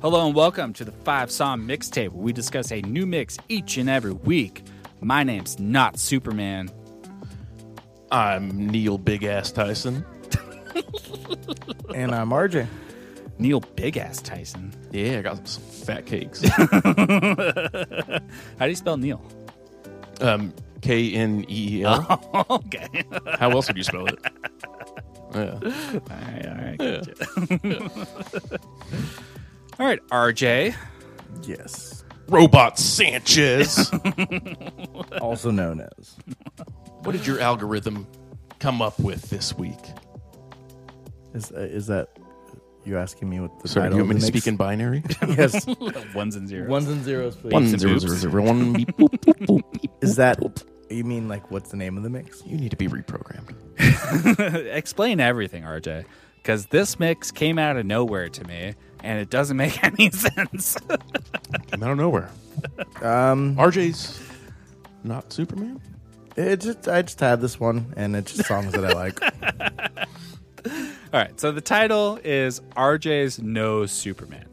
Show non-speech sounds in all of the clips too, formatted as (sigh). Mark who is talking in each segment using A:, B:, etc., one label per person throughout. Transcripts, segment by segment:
A: Hello and welcome to the Five Song Mixtape. where We discuss a new mix each and every week. My name's not Superman.
B: I'm Neil Big Ass Tyson.
C: And uh, I'm RJ.
A: Neil Big Ass Tyson.
B: Yeah, I got some fat cakes.
A: How do you spell Neil?
B: (laughs)
A: (laughs)
B: um, K N E E L.
A: okay. all
B: (laughs) How else would you spell it? Yeah.
A: right, all right. gotcha. (laughs) all right, RJ.
C: Yes.
B: Robot (laughs) Sanchez.
C: Also known as.
B: what did your algorithm come up with this week?
C: Is uh, is that you asking me what the
B: Sorry,
C: title
B: you want me
C: of
B: to
C: the
B: speak in (laughs) binary?
C: mix- (laughs) Yes.
A: (laughs) Ones and zeros.
C: Ones and zeros, please.
B: One
A: and
B: zero
A: oops.
B: zero zero one. beep, boop, boop, boop, beep.
C: Is that you mean like what's the name of the mix?
B: You need to be reprogrammed.
A: (laughs) Explain everything, RJ, because this mix came out of nowhere to me, and it doesn't make (laughs) any sense.
B: Came out of nowhere.
C: Um
B: RJ's not Superman.
C: it just I just had this one and it's just songs that I (laughs) like.
A: All right, so the title is RJ's No Superman.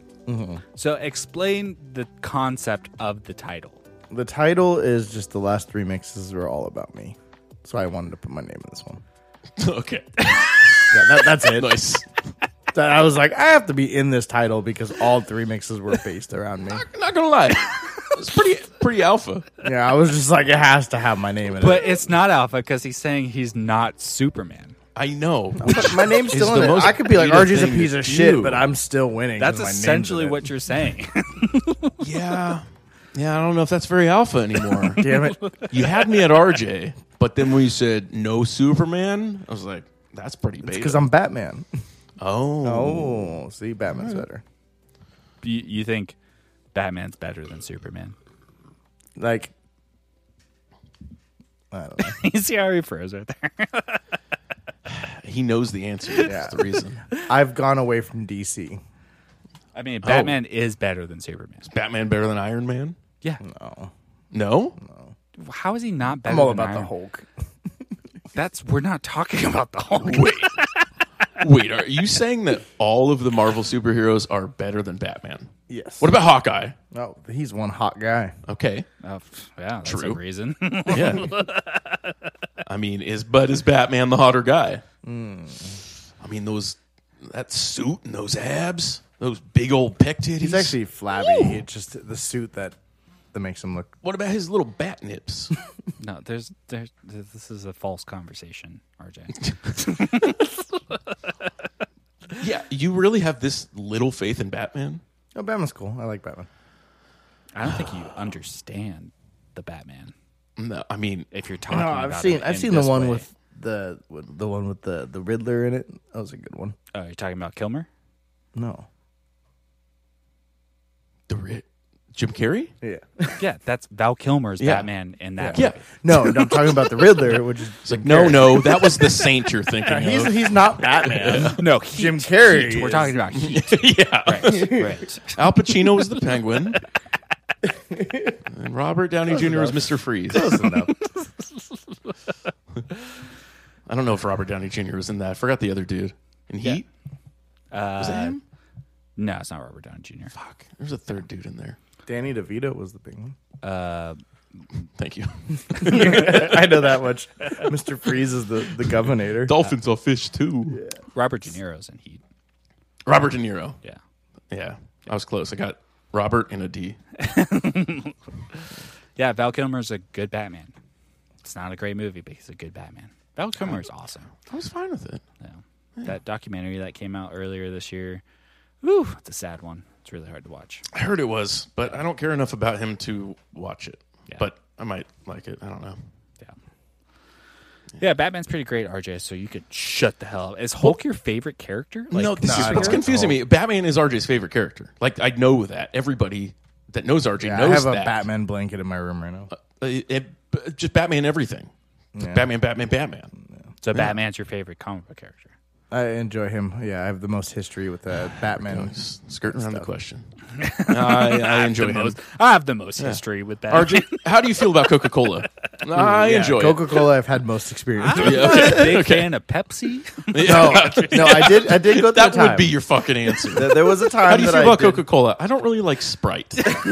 A: So explain the concept of the title.
C: The title is just the last three mixes were all about me. So I wanted to put my name in this one.
B: (laughs) (laughs) okay.
C: Yeah, that,
B: (laughs)
C: that's it.
B: nice.
C: That- I was like, I have to be in this title because all three mixes were
B: (laughs)
C: based around me.
B: Not gonna lie, it's pretty pretty alpha.
C: Yeah, I was just like, it has to have my name in it.
A: But it's not Alpha because he's saying he's not Superman.
B: I know.
C: But my name's
B: It's
C: still
B: the
C: in it.
B: most
C: I could be like,
B: beta
C: RJ's a
B: thing
C: piece
B: to
C: of shit,
B: do.
C: but I'm still winning.
A: That's
C: 'cause my name's
A: essentially
C: in it.
A: what you're saying.
B: Yeah. Yeah, I don't know if that's very alpha
C: (laughs)
B: anymore.
C: Damn it.
B: you had me at RJ, but then when you said no Superman, I was like, that's pretty beta.
C: Because I'm Batman.
B: oh.
C: Oh, see, Batman's better.
A: you, you think Batman's better than Superman?
C: Like, I don't know.
A: You see how he froze right there?
B: He knows the answer. That's
C: Yeah.
B: the
C: (laughs)
B: reason.
C: I've gone away from DC.
A: I mean, Batman is better than Superman.
B: Batman better than Iron Man?
A: Yeah.
C: No,
B: No?
A: How is he not better?
C: I'm all
A: than
C: about the
A: Iron-
C: Hulk.
A: That's we're not talking about the Hulk.
B: Wait. Wait, are you saying that all of the Marvel superheroes are better than Batman?
C: Yes.
B: What about Hawkeye?
C: No, Oh, he's one hot guy.
B: Okay.
A: (laughs) Oh, pff, yeah, that's
B: True.
A: a reason. (laughs)
C: (laughs)
B: Yeah. I mean, is but is Batman the hotter guy?
C: Hmm.
B: I mean, those that suit and those abs, those big old pec titties.
C: He's actually flabby. It's just the suit that that makes him look.
B: What about his little bat
C: (laughs)
B: nips?
A: no, there's there's this is a false conversation, RJ.
B: yeah, you really have this little faith in Batman.
C: Oh, Batman's cool. I like Batman.
A: I don't think you understand the Batman
B: No, I mean,
A: if you're talking.
C: No,
A: about
C: Oh, I've seen
A: it
C: I've
A: in
C: seen the
A: this
C: one
A: way.
C: with the with the one with the the Riddler in it. That was a good one.
A: Oh, you're talking about
C: (laughs)
A: Kilmer.
C: No.
B: the ri- Jim Carrey.
C: Yeah.
A: Yeah, that's Val Kilmer's
B: Yeah.
A: Batman in that.
B: Yeah,
C: (laughs) No, no, I'm talking about the Riddler, which is
B: it's like no, no, that was the Saint
C: (laughs)
B: you're thinking
C: he's
B: of.
C: he's
B: (laughs)
C: not Batman. (laughs)
A: movie. no, Heat.
C: Jim Carrey.
A: Heat. We're
C: is-
A: talking about
C: (laughs)
A: Heat.
B: yeah,
A: right, right.
B: Al Pacino was the
C: (laughs)
B: Penguin, and Robert Downey Jr. was Mister Freeze.
C: Close enough.
B: I don't know if Robert Downey Jr. was in that. I forgot the other dude. In Heat?
C: (laughs)
B: was that him?
A: Uh, No, it's not Robert Downey Jr.
B: Fuck. There's a third dude in there.
C: Danny DeVito was
B: (laughs)
C: the penguin.
A: Uh,
B: Thank you. (laughs)
C: I know that (laughs) much. Mr. Freeze is the the governor.
B: Dolphins are fish too.
A: Robert De Niro's in Heat.
B: Robert De Niro.
A: Yeah.
B: Yeah. I was close. I got Robert and a D.
A: Yeah, Val Kilmer's a good Batman. It's not a great movie, but he's a good Batman. Val Kilmer's awesome.
B: I was fine with it.
A: Yeah. That documentary that came out earlier this year. Whew, it's a sad one. It's really hard to watch.
B: I heard it was, but I don't care enough about him to watch it.
A: Yeah.
B: But I might like it. I don't know.
A: Yeah. Yeah, Batman's pretty great, RJ. So you could shut the hell up. Is Hulk your favorite character? Like,
B: no, this
C: nah, I
B: is
C: don't
B: what's
C: know.
B: confusing me. Batman is RJ's favorite character. Like I know that. Everybody that knows RJ
C: Yeah, I
B: knows
C: have a
B: that.
C: Batman blanket in my room right now.
B: Uh, it- just Batman everything.
C: Yeah.
B: Batman, Batman, Batman.
A: so Batman's your favorite comic book character.
C: I enjoy him. Yeah, I have the most history with
B: Oh
C: uh, Batman. (laughs)
B: S- skirting around the question. I, I enjoy
A: The
B: him.
A: most, I have the most history with Batman. (laughs)
B: RJ, how do you feel about Coca Cola? I enjoy
C: Coca Cola. I've had most experience.
B: Ah.
A: I'm
B: (laughs)
C: with.
A: not a big fan of Pepsi. (laughs)
B: it.
C: No, no, I did. I did
B: (laughs)
C: go through a
B: that would
C: time.
B: be your fucking answer.
C: There- There was a
B: (laughs)
C: time
B: How do you
C: that
B: feel about
C: I did-
B: Coca Cola? I don't really like Sprite.
C: (laughs)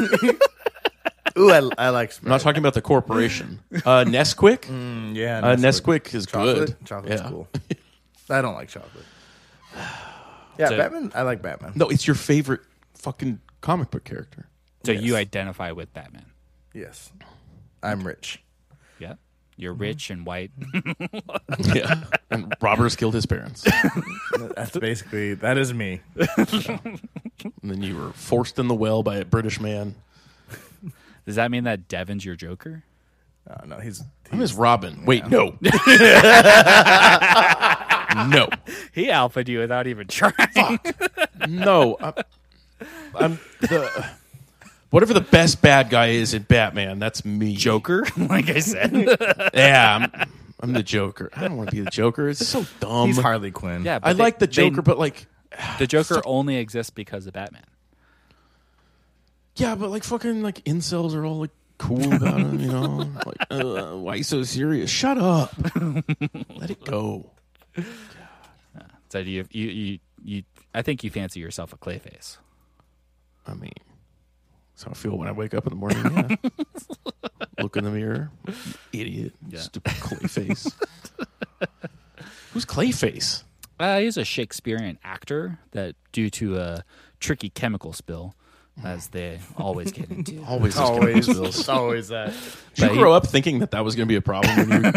B: I'm
C: Ooh, I, I like. Sprite.
B: not talking about the corporation. Uh, Nesquik.
C: yeah,
B: uh, Nesquik is
C: Chocolate?
B: good.
C: Chocolate's
B: Yeah. (laughs)
C: cool. I don't like chocolate. Yeah,
A: So-
C: Batman. I like Batman.
B: No, it's your favorite fucking comic book character.
A: So you identify with Batman.
C: Yes, I'm rich.
A: Yeah. You're rich and white.
B: Yeah. and robbers killed his parents.
C: That's basically that is me.
B: And then you were forced in the well by a British man.
A: Does that mean that Devin's your Joker?
C: Oh, no, he's.
B: I'm his Robin. Wait, no. no.
A: He alphaed you without even trying.
B: No. I'm, I'm the whatever the best bad guy is in Batman, that's
A: (laughs)
B: me.
A: Joker, like I said.
B: Yeah, I'm, I'm the Joker. I don't want to be the Joker. It's so dumb.
C: He's Harley Quinn.
A: (laughs) yeah, but
B: I
A: they-
B: like the
A: they- (laughs)
B: Joker, but like
A: the Joker only exists because of Batman.
B: Yeah, but like fucking like incels are all like cool about it, you know? Like, uh, why you so serious? Shut up. Let it go.
A: So you, you, you, you, I think you fancy yourself a Clayface.
B: I mean, that's how I feel when I wake up in the morning. Yeah. Look in the mirror. You idiot. Stupid clay face. Who's Clayface?
A: Uh, he's a Shakespearean actor that, due to a tricky chemical spill, as they always get
B: (laughs)
A: into, (laughs)
B: Always. those
C: always,
B: chemical spills.
C: always that. (laughs)
B: Did
A: But
B: you
A: he-
B: grow up thinking that that was going to be a problem when you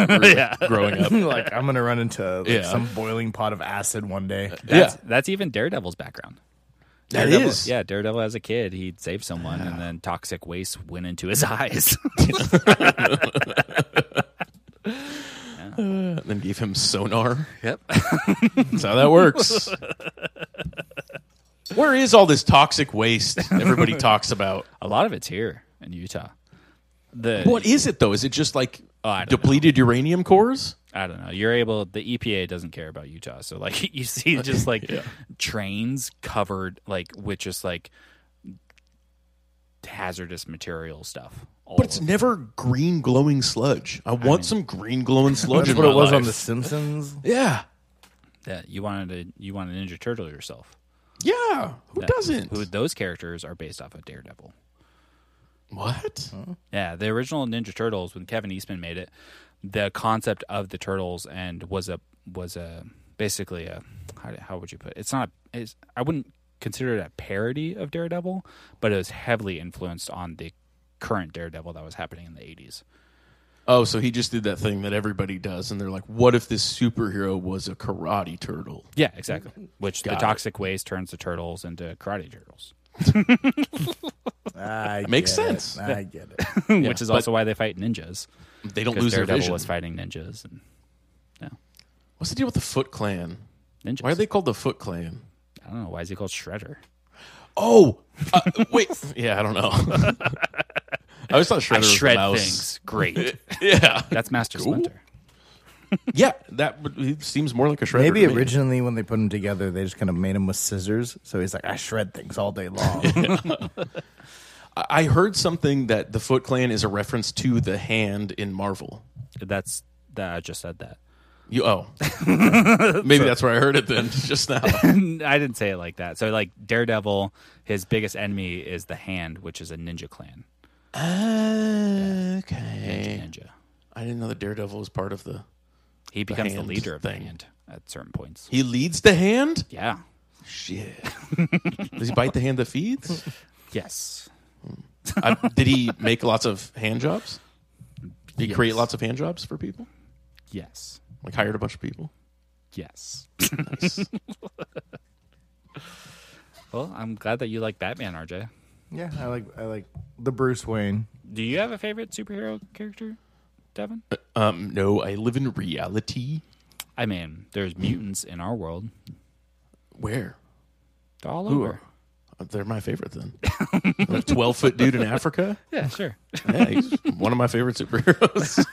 A: (laughs)
B: were growing up?
C: like I'm gonna run into like,
B: Yeah. Uh,
C: some boiling pot of acid one day.
A: that's,
B: yeah.
A: that's even Daredevil's background.
B: That
A: Daredevil-
B: is.
A: yeah. Daredevil as a kid, he saved someone, and then toxic waste went into his (laughs) eyes.
B: And then gave him sonar.
A: yep.
B: (laughs) That's how that (laughs) works. Where is all this toxic waste (laughs) everybody talks about?
A: A lot of it's here in Utah. The
B: What is it though? Is it just like
A: I don't
B: depleted uranium cores?
A: I don't know. You're able. The EPA doesn't care about Utah, so like (laughs) you
B: (laughs)
A: see just like trains covered like with just like hazardous material stuff. all
B: But it's
A: over.
B: never green glowing sludge. I want some green glowing sludge.
C: That's
B: in
C: what it
B: my
C: was on The
B: life. (laughs)
C: Simpsons.
B: Yeah,
A: yeah, you wanted to you want a Ninja Turtle yourself.
B: yeah. Who
A: That-
B: doesn't?
A: Who those characters are based off of Daredevil.
B: what?
A: Yeah, the original Ninja Turtles when Kevin Eastman made it, the concept of the turtles and was a was a basically a how, do- how would you put it? It's not it's, I wouldn't consider it a parody of Daredevil, but it was heavily influenced on the current Daredevil that was happening in the 80s.
B: Oh, so he just did that thing that everybody does, and they're like, "What if this superhero was a karate turtle?"
A: Yeah, exactly. Which the
B: Mm-hmm. it.
A: toxic waste turns the turtles into karate turtles, (laughs)
C: I
B: Makes
C: get it.
B: sense.
C: I get
B: (laughs)
C: it.
A: which is also why they fight ninjas.
B: They don't
A: Because
B: lose their
A: Daredevil
B: vision.
A: was fighting ninjas and yeah,
B: What's the deal with the Foot Clan?
A: ninjas.
B: Why are they called the Foot Clan?
A: I don't know. Why is he called Shredder?
B: Oh, uh, wait. (laughs) Yeah, I don't know. (laughs) I was not Shredder.
A: I
B: was the
A: shred
B: mouse.
A: things. Great.
B: (laughs) Yeah,
A: (laughs) That's Master Splinter.
B: yeah. That would- it seems more like a shredder.
C: Maybe
B: to me.
C: originally when they put them together, they just kind of made him with scissors. So he's like, I shred things all day long.
B: (laughs) I I heard something that the Foot Clan is a reference to the hand in Marvel.
A: That's that I just said that.
B: You oh, maybe that's where I heard it then. (laughs) Just now,
A: (laughs) I didn't say it like that. So like Daredevil, his biggest enemy is the Hand, which is a ninja clan.
B: okay.
A: Ninja.
B: I didn't know that Daredevil was part of the.
A: He becomes the,
B: Hand
A: leader of
B: thing.
A: the Hand at certain points.
B: He leads the hand.
A: Yeah.
B: Shit. (laughs) Does he bite the hand that feeds?
A: Yes.
B: I, did he make lots of hand jobs? Did he create lots of hand jobs for people?
A: Yes.
B: Like hired a bunch of people.
A: Yes. (laughs) well, I'm glad that you like Batman, RJ.
C: yeah, I like I like the Bruce Wayne.
A: Do you have a favorite superhero character, Devin?
B: Um, no, I live in reality.
A: I mean, there's mutants in our world.
B: Where? Uh,
A: They're all over.
B: They're my favorite then. A 12 foot dude in Africa?
A: Yeah, sure. (laughs)
B: Yeah, he's one of my favorite superheroes.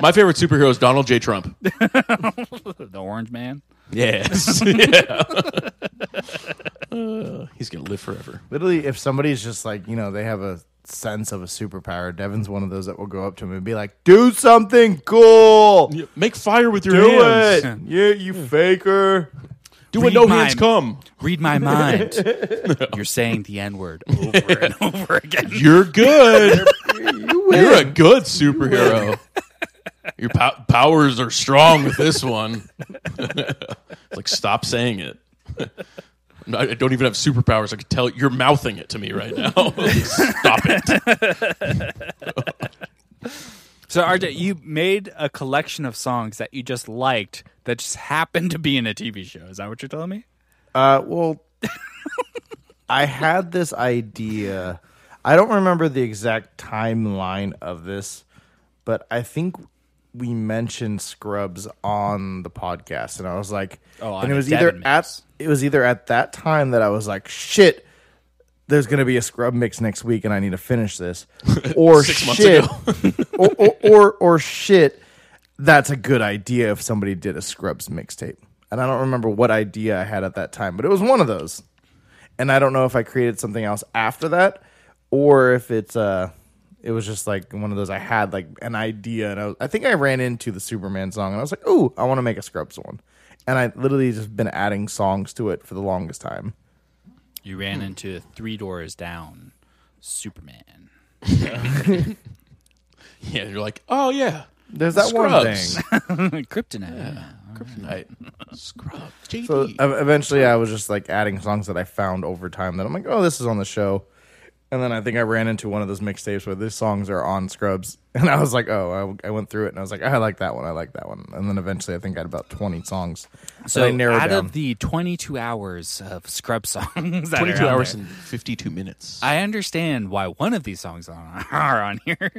B: my favorite superhero is Donald J. Trump.
A: the orange man.
B: Yes. (laughs) yeah. Uh, he's going to live forever.
C: Literally, if somebody's just like, you know, they have a sense of a superpower. Devin's one of those that will go up to him and be like, "Do something cool.
B: Yeah, Make fire with your
C: Do
B: hands.
C: it. Yeah,
A: Hmm.
C: you faker."
B: Do
A: Read
B: what no
A: mine.
B: hands come.
A: Read my (laughs) mind. You're saying the N word over and (laughs) over again.
B: You're good. (laughs)
C: You
B: You're a
C: win.
B: good superhero. Your pow- powers are strong with this one. (laughs) It's like, stop saying it. (laughs) I I don't even have superpowers. I can tell you're mouthing it to me right now. (laughs) stop it.
A: So RJ, you made a collection of songs that you just liked that just happened to be in a TV show. Is that what you're telling me?
C: Uh, well, I had this idea. I don't remember the exact timeline of this, but I think we mentioned Scrubs on the podcast, and I was like,
A: Oh, I
C: and
A: know
C: it was
A: Devin
C: either
A: made
C: at it was either at that time that I was like, shit. There's gonna be a scrub mix next week, and I need to
B: (laughs)
C: finish this. Or
B: Six months
C: shit, (laughs) or, or, or or shit. That's a good idea if somebody did a Scrubs mixtape. And I don't remember what idea I had at that time, but it was one of those. And I don't know if I created something else after that or if it's uh it was just like one of those I had like an idea and I, was, I think I ran into the Superman song and I was like, "Ooh, I want to make a Scrubs one." And I literally just been adding songs to it for the longest time.
A: You ran into Three Doors Down, Superman.
B: Yeah, you're like, oh, yeah.
C: There's that one
B: Scrubs.
A: (laughs)
C: thing.
A: Kryptonite.
B: Kryptonite. Scrub. JD.
C: So uh, ev- eventually, I was just like adding songs that I found over time that I'm like, oh, this is on the show. And then I think I ran into one of those mixtapes where these songs are on Scrubs, (laughs) and I was like, oh, I, I went through it, and I was like, I like that one, I like that one, and then eventually, I think I had about 20 songs.
A: So
C: that I narrowed
A: out
C: down.
A: of the 22 hours of Scrub songs, (laughs) that
B: 22
A: are on
B: hours
A: there,
B: and 52 minutes.
A: I understand why one of these songs on, (laughs) are on here,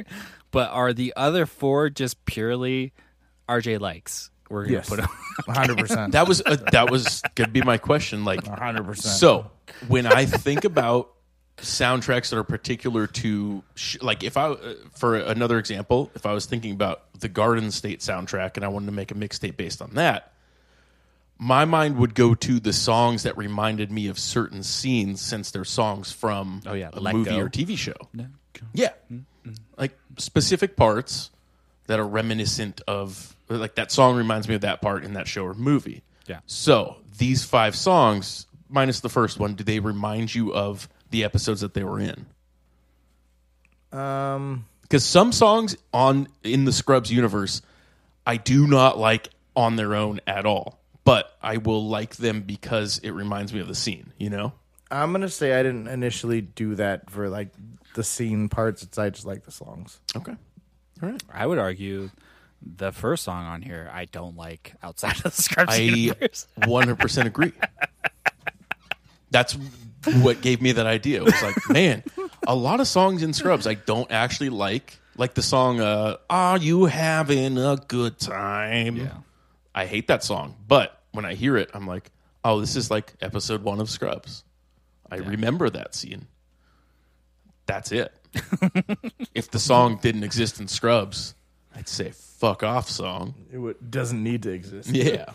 A: but are the other four just purely RJ likes? We're gonna
C: yes,
A: put 'em-
C: (laughs) 100. percent
B: that was a, that was going to be my question. Like,
C: 100. percent
B: So when I think about soundtracks that are particular to, sh- like, if I, uh, for another example, if I was thinking about the Garden State soundtrack and I wanted to make a mixtape based on that, my mind would go to the songs that reminded me of certain scenes since they're songs from
A: Oh, yeah,
B: a
A: Let
B: movie
A: Go. Mm-hmm.
B: or TV show. Yeah. Like specific parts that are reminiscent of like that song reminds me of that part in that show or movie.
A: Yeah.
B: So these five songs, minus the first one, do they remind you of the episodes that they were in?
C: Um,
B: Because some songs on in the Scrubs universe, I do not like on their own at all. But I will like them because it reminds me of the scene, you know?
C: I'm gonna say I didn't initially do that for like the scene parts. It's I just like the songs.
B: Okay. All right.
A: I would argue the first song on here I don't like outside of the (laughs) Scrubs (laughs)
B: I
A: universe.
B: 100% agree. That's what gave me that idea. It was like, man, a lot of songs in Scrubs I don't actually like. Like the song uh, Are You Having a Good Time?
A: Yeah.
B: I hate that song. But when I hear it, I'm like, oh, this is like episode one of Scrubs. I remember that scene. That's it. if the song didn't exist in Scrubs, I'd say, fuck off, song.
C: It w- doesn't need to exist.
B: Yeah.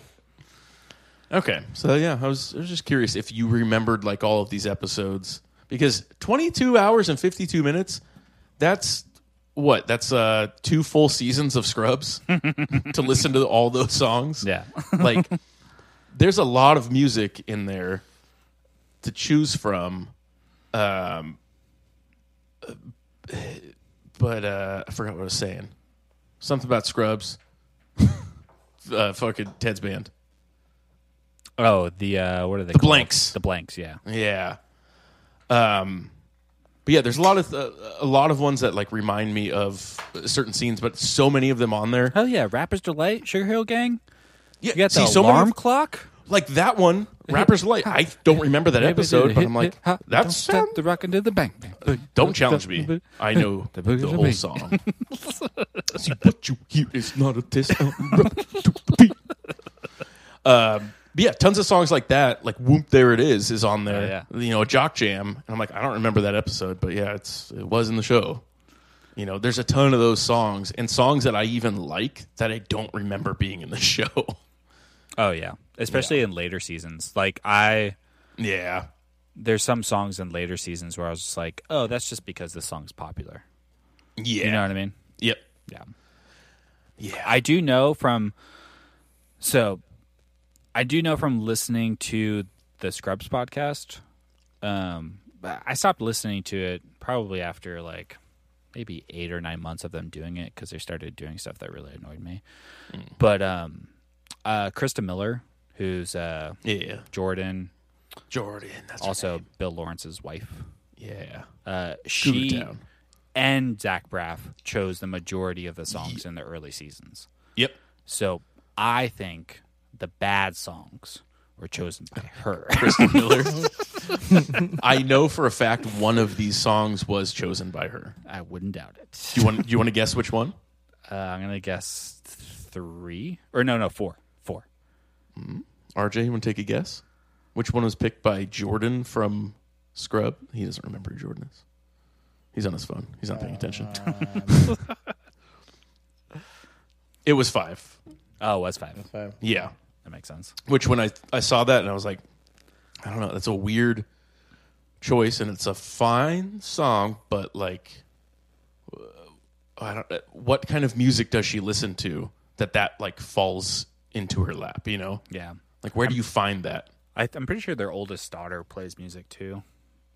B: Okay. So yeah, I was I was just curious if you remembered like all of these episodes because 22 hours and 52 minutes that's what? That's uh two full seasons of Scrubs (laughs) to listen to all those songs.
A: Yeah.
B: like there's a lot of music in there to choose from um uh, but uh I forgot what I was saying. Something about Scrubs. (laughs) uh fucking Ted's band.
A: (laughs) Oh, the uh, what are they? The
B: blanks.
A: The blanks. Yeah.
B: Yeah. Um, but yeah, there's a lot of uh, a lot of ones that like remind me of certain scenes, but so many of them on there.
A: Oh yeah, Rapper's Delight, Sugar Hill Gang.
B: Yeah,
A: You got the
B: so
A: alarm
B: many of-
A: clock.
B: like
A: (laughs)
B: that one, Rapper's Light. I don't remember that episode, but I'm like, that's
A: stop the rock into the bang. bang.
B: Don't challenge me. I know (laughs) the
A: boogies are
B: whole
A: big.
B: (laughs) song. See what you hear is not a test. (laughs) of rubber to the beat. Um, but yeah, tons of songs like that, like "Whoop There It Is" is on there.
A: Oh,
B: You know, a jock jam, and I'm like, I don't remember that episode, but yeah, it's it was in the show. You know, there's a ton of those songs and songs that I even like that I don't remember being in the (laughs) show.
A: Oh yeah, especially in later seasons. Like I
B: yeah,
A: there's some songs in later seasons where I was just like, oh, that's just because this song's popular.
B: Yeah.
A: You know what I mean?
B: Yep.
A: Yeah.
B: Yeah.
A: I do know from so I do know from listening to the Scrubs podcast. Um but I stopped listening to it probably after like maybe 8 or 9 months of them doing it cuz they started doing stuff that really annoyed me.
B: Mm.
A: But um uh Krista Miller who's uh
B: Yeah.
A: Jordan
B: Jordan. That's her
A: also
B: name.
A: Bill Lawrence's wife.
B: Yeah.
A: Uh
B: Cougar
A: she
B: Town.
A: and Zach Braff chose the majority of the songs in the early seasons.
B: Yep.
A: So I think the bad songs were chosen (laughs) by her.
B: Kristen Miller. (laughs) I know for a fact one of these songs was chosen by her.
A: I wouldn't doubt it.
B: Do you want? Do you want to guess which one?
A: Uh, I'm gonna guess th- three or no, no, four, four.
B: RJ, you want to take a guess? Which one was picked by Jordan from Scrub? He doesn't remember who Jordan is. He's on his phone. He's not paying attention. (laughs) it was five.
A: Oh, it was five.
C: Five.
B: Yeah.
A: That makes sense.
B: Which when I I saw that and I was like, I don't know. That's a weird choice, and it's a fine song, but like, uh, I don't. What kind of music does she listen to that that like falls into her lap? You know,
A: Yeah,
B: like where do you find that?
A: I th- I'm pretty sure their oldest daughter plays music too.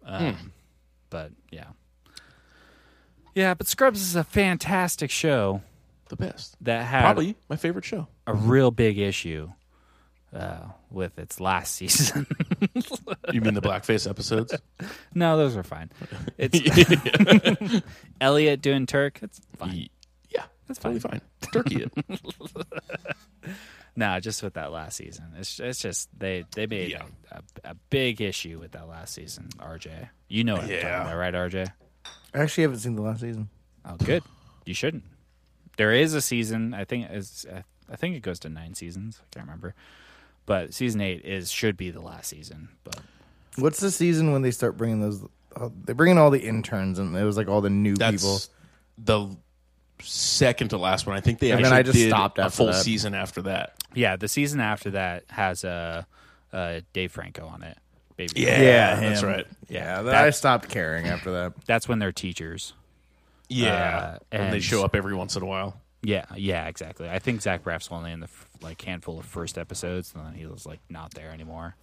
A: Um, But yeah, yeah. But Scrubs is a fantastic show
B: The best.
A: that had
B: Probably my favorite show.
A: a real big issue uh, with its last (laughs) season.
B: You mean the blackface
C: (laughs)
B: episodes?
A: no, those are fine. It's
B: (laughs)
A: (laughs) Elliot doing Turk. It's fine.
B: Ye- yeah, that's totally fine. Turkey
C: (laughs)
B: it.
A: No, just with that last season. It's it's just they they made
B: Yeah.
A: a, a, big issue with that last season. RJ, you know what I'm
B: Yeah.
A: talking about, right? RJ.
C: I actually haven't seen the last season.
A: Oh, good. You shouldn't. There is a season. I think is I- I think it goes to nine seasons. I can't remember, but season eight is should be the last season. But
C: What's the season when they start bringing those? Uh, they bring in all the interns, and it was like all the new
B: That's
C: people.
B: the second to last one. I think they
C: And
B: actually
C: then I just
B: did
C: stopped
B: a
C: after
B: full
C: that.
B: season after that.
A: yeah, the season after that has a, uh Dave Franco on it. Baby,
B: that's
C: him.
B: right.
C: Yeah, that,
A: that-
C: I stopped caring after that.
A: that's when they're teachers.
B: Yeah, Uh, and, they
A: and-
B: show up every once in a while.
A: Yeah, yeah, exactly. I think Zach Braff's only in the f- like handful of first episodes, and then he was like not there anymore.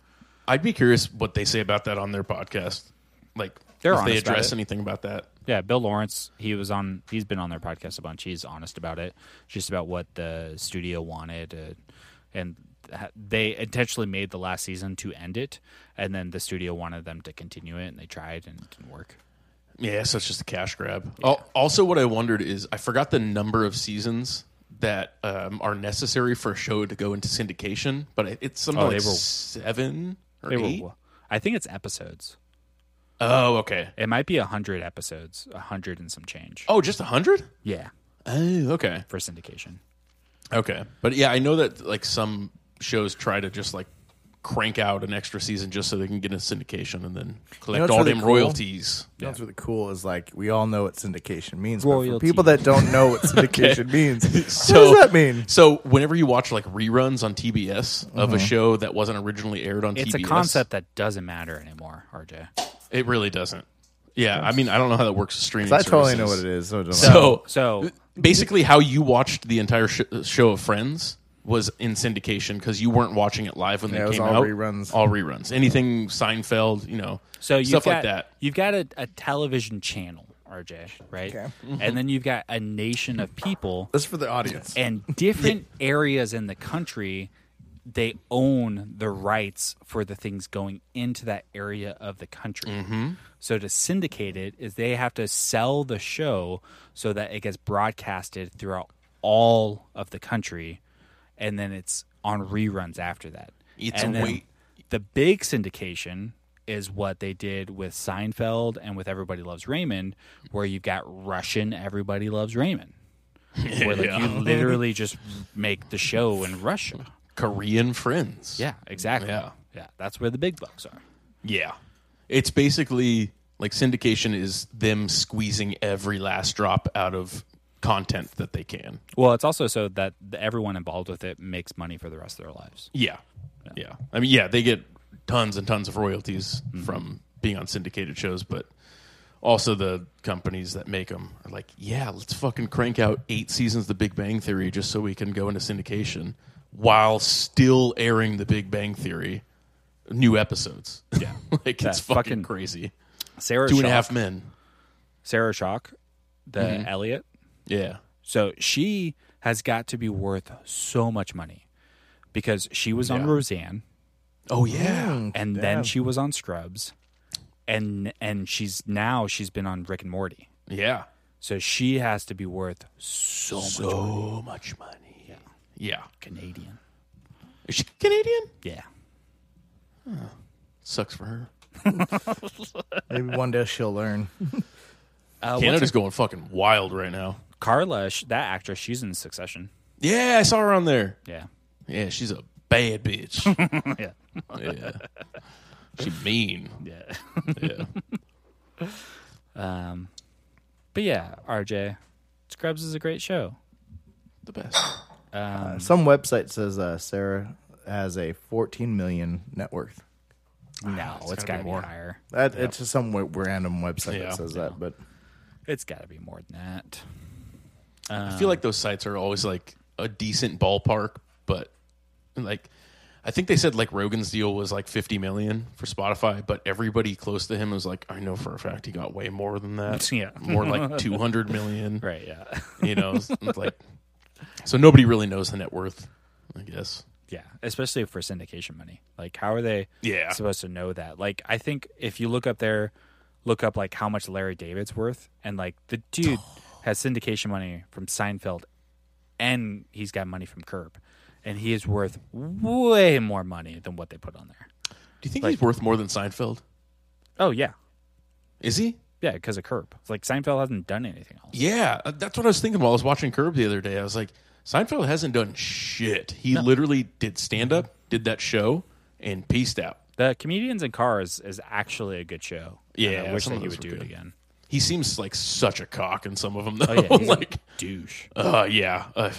B: I'd be curious what they say about that on their podcast. Like,
A: They're
B: if they
A: honest about
B: address
A: it.
B: anything about that.
A: Yeah, Bill Lawrence, he was on. He's been on their podcast a bunch. He's honest about it, just about what the studio wanted, uh, and ha- they intentionally made the last season to end it, and then the studio wanted them to continue it, and they tried, and it didn't work.
B: Yeah, so it's just a cash grab. Al Also, what I wondered is I forgot the number of seasons that um, are necessary for a show to go into syndication, but I- it's something
A: Oh,
B: like
A: they were-
B: seven or
A: They were-
B: eight.
A: I think it's episodes.
B: oh, okay.
A: It might be a hundred episodes, a hundred and some change.
B: Oh, just a hundred?
A: Yeah,
B: Oh, okay,
A: for syndication.
B: okay. But yeah, I know that like some shows try to just like crank out an extra season just so they can get a syndication and then collect
C: what's
B: all
C: really
B: them
C: cool?
B: royalties.
C: That's really cool. Is like we all know what syndication means. but for
A: Royalty.
C: people that don't
B: (laughs)
C: know what syndication means,
B: So-
C: what does
B: (laughs)
C: that mean? Mm-hmm.
B: So whenever you watch like reruns on TBS of a show that wasn't originally aired on
A: It's
B: TBS,
A: a concept that doesn't matter anymore, RJ.
B: It really doesn't. Yeah, I mean, I don't know how that works. with Streaming.
C: I totally
B: services.
C: know what it is. So, it
B: (laughs)
C: doesn't matter.
A: so
B: So, basically, how you watched the entire sh- show of Friends was in syndication because you weren't watching it live when
C: Yeah,
B: they
C: it was
B: came
C: all
B: out.
C: reruns.
B: all reruns, anything Seinfeld, you know,
A: So you've
B: stuff
A: got,
B: like that.
A: You've got a, a television channel, RJ, right?
C: Okay.
A: And then you've got a nation of people
C: that's for the audience.
A: and different areas in the country. They own the rights for the things going into that area of the country. So to syndicate it is they have to sell the show so that it gets broadcasted throughout all of the country, and then it's on reruns after that.
B: It's
A: and
B: a
A: then
B: wait-
A: the big syndication is what they did with Seinfeld and with Everybody Loves Raymond, where you've got Russian Everybody Loves Raymond, (laughs) where like you literally just make the show in Russia.
B: Korean Friends.
A: Yeah, exactly.
B: Yeah.
A: yeah, that's where the big bucks are.
B: yeah. It's basically like syndication is them squeezing every last drop out of content that they can.
A: Well, it's also so that the- everyone involved with it makes money for the rest of their lives.
B: Yeah. Yeah. I mean, yeah, they get tons and tons of royalties from being on syndicated shows, but also the companies that make them are like, yeah, let's fucking crank out eight seasons of The Big Bang Theory just so we can go into syndication while still airing The Big Bang Theory new episodes.
A: Yeah.
B: (laughs) like
A: That
B: it's fucking
A: fucking
B: crazy.
A: Sarah
B: Two and a
A: Shock-
B: half men.
A: Sarah Shock, the Elliot.
B: Yeah.
A: So she has got to be worth so much money because she was on
B: Yeah.
A: Roseanne
B: Oh yeah.
A: and then she was on Scrubs and and she's now she's been on Rick and Morty.
B: Yeah.
A: So she has to be worth so much
B: So much money. Yeah. Yeah.
A: Canadian.
B: Is she Canadian?
A: Yeah.
B: Sucks for her.
C: (laughs) Maybe one day she'll
B: (laughs)
C: learn.
A: Uh, what's
B: Canada's going fucking wild right now.
A: her- Carla, sh- that actress, she's in Succession.
B: Yeah, I saw her on there.
A: Yeah.
B: Yeah, she's a bad bitch.
A: Yeah.
B: (laughs) yeah. She mean.
A: Yeah.
B: Yeah.
A: Um, but yeah, RJ, Scrubs is a great show.
B: The (laughs) best.
C: Uh, some website says uh, Sarah has a 14 million net worth.
A: No, Ah, it's,
B: gotta be
A: got to be,
B: more.
A: higher.
C: That it's just some w- random website
B: Yeah.
C: that says that, but
A: It's got to be more than that.
B: I feel like those sites are always like a decent ballpark, but like I think they said like Rogan's deal was like 50 million for Spotify, but everybody close to him was like, I know for a fact he got way more than (laughs) that.
A: Yeah.
B: More like 200 (laughs) million.
A: Right. Yeah.
B: You know, it's like so nobody really knows the net worth, I guess.
A: (laughs) Yeah, especially for syndication money. Like, how are they
B: Yeah.
A: supposed to know that? Like, I think if you look up there, look up like how much Larry David's worth, and like the (sighs) dude has syndication money from Seinfeld, and he's got money from Curb, and he is worth way more money than what they put on there.
B: Do you think he's worth more than Seinfeld?
A: Oh yeah,
B: Is he?
A: yeah, because of Curb. It's like Seinfeld hasn't done anything else.
B: Yeah, uh, that's what I was thinking while I was watching Curb the other day. I was like, Seinfeld hasn't done shit. He literally did stand up, did that show, and peaced out.
A: The Comedians in Cars is actually a good show. and
B: Yeah,
A: I wish
B: some
A: that
B: of
A: he
B: those
A: would do
B: were
A: it
B: good. (laughs)
A: again.
B: He seems like such a cock in some of them, (laughs) though.
A: Oh yeah, he's
B: like,
A: a douche.
B: uh, yeah, uh,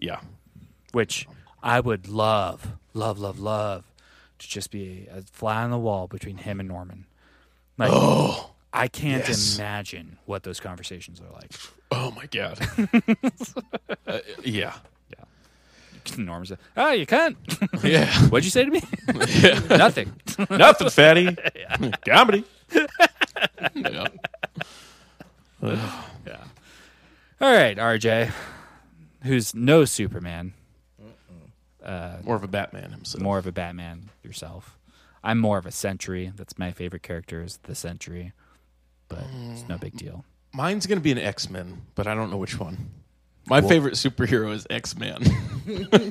B: yeah,
A: which I would love, love, love, love to just be a fly on the wall between him and Norman. Like,
B: (gasps) Oh,
A: I can't
B: yes.
A: imagine what those conversations are like. (laughs)
B: oh my (laughs) god, Uh, yeah,
A: Norman's like, oh, you can't. (laughs)
B: yeah, (laughs)
A: What'd you say to me? (laughs) Nothing. (laughs)
B: nothing, (laughs) fatty, comedy. (laughs) Yeah.
A: All right, RJ, who's no Superman,
B: More of a Batman himself.
A: more of a Batman yourself. I'm more of a Sentry. That's my favorite character is the Sentry, but it's no big (laughs) deal.
B: Mine's gonna be an X Men, but I don't know which one. My favorite superhero is X Man.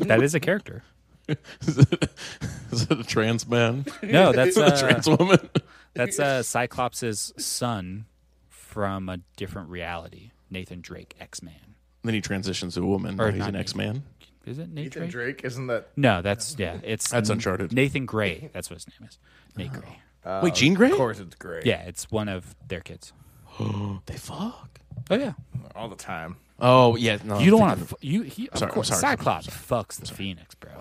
A: That is a character.
B: (laughs) Is it, is it a trans man?
A: (laughs) No, that's
B: a
A: uh,
B: trans woman?
A: That's uh, Cyclops' son from a different reality, Nathan Drake, X Man.
B: (laughs) then he transitions to a woman.
A: Or
B: Now he's
A: not
B: an
A: me.
B: X man.
A: Is it Nathan
C: Ethan
A: Drake?
C: Drake isn't that?
A: No, that's Oh. yeah. It's
B: That's Uncharted.
A: Nathan (laughs) Gray. That's what his name is. Nate Gray.
B: Wait, Jean Grey?
C: uh, Of course, it's great.
A: Yeah, it's one of their kids.
B: (gasps) They fuck.
A: Oh yeah.
C: all the time.
B: Oh yeah, no,
A: You don't
B: I'm
A: want
B: thinking
A: to. You he. Of
B: sorry, I'm
A: course,
B: sorry, I'm
A: Cyclops fucks the Phoenix, bro.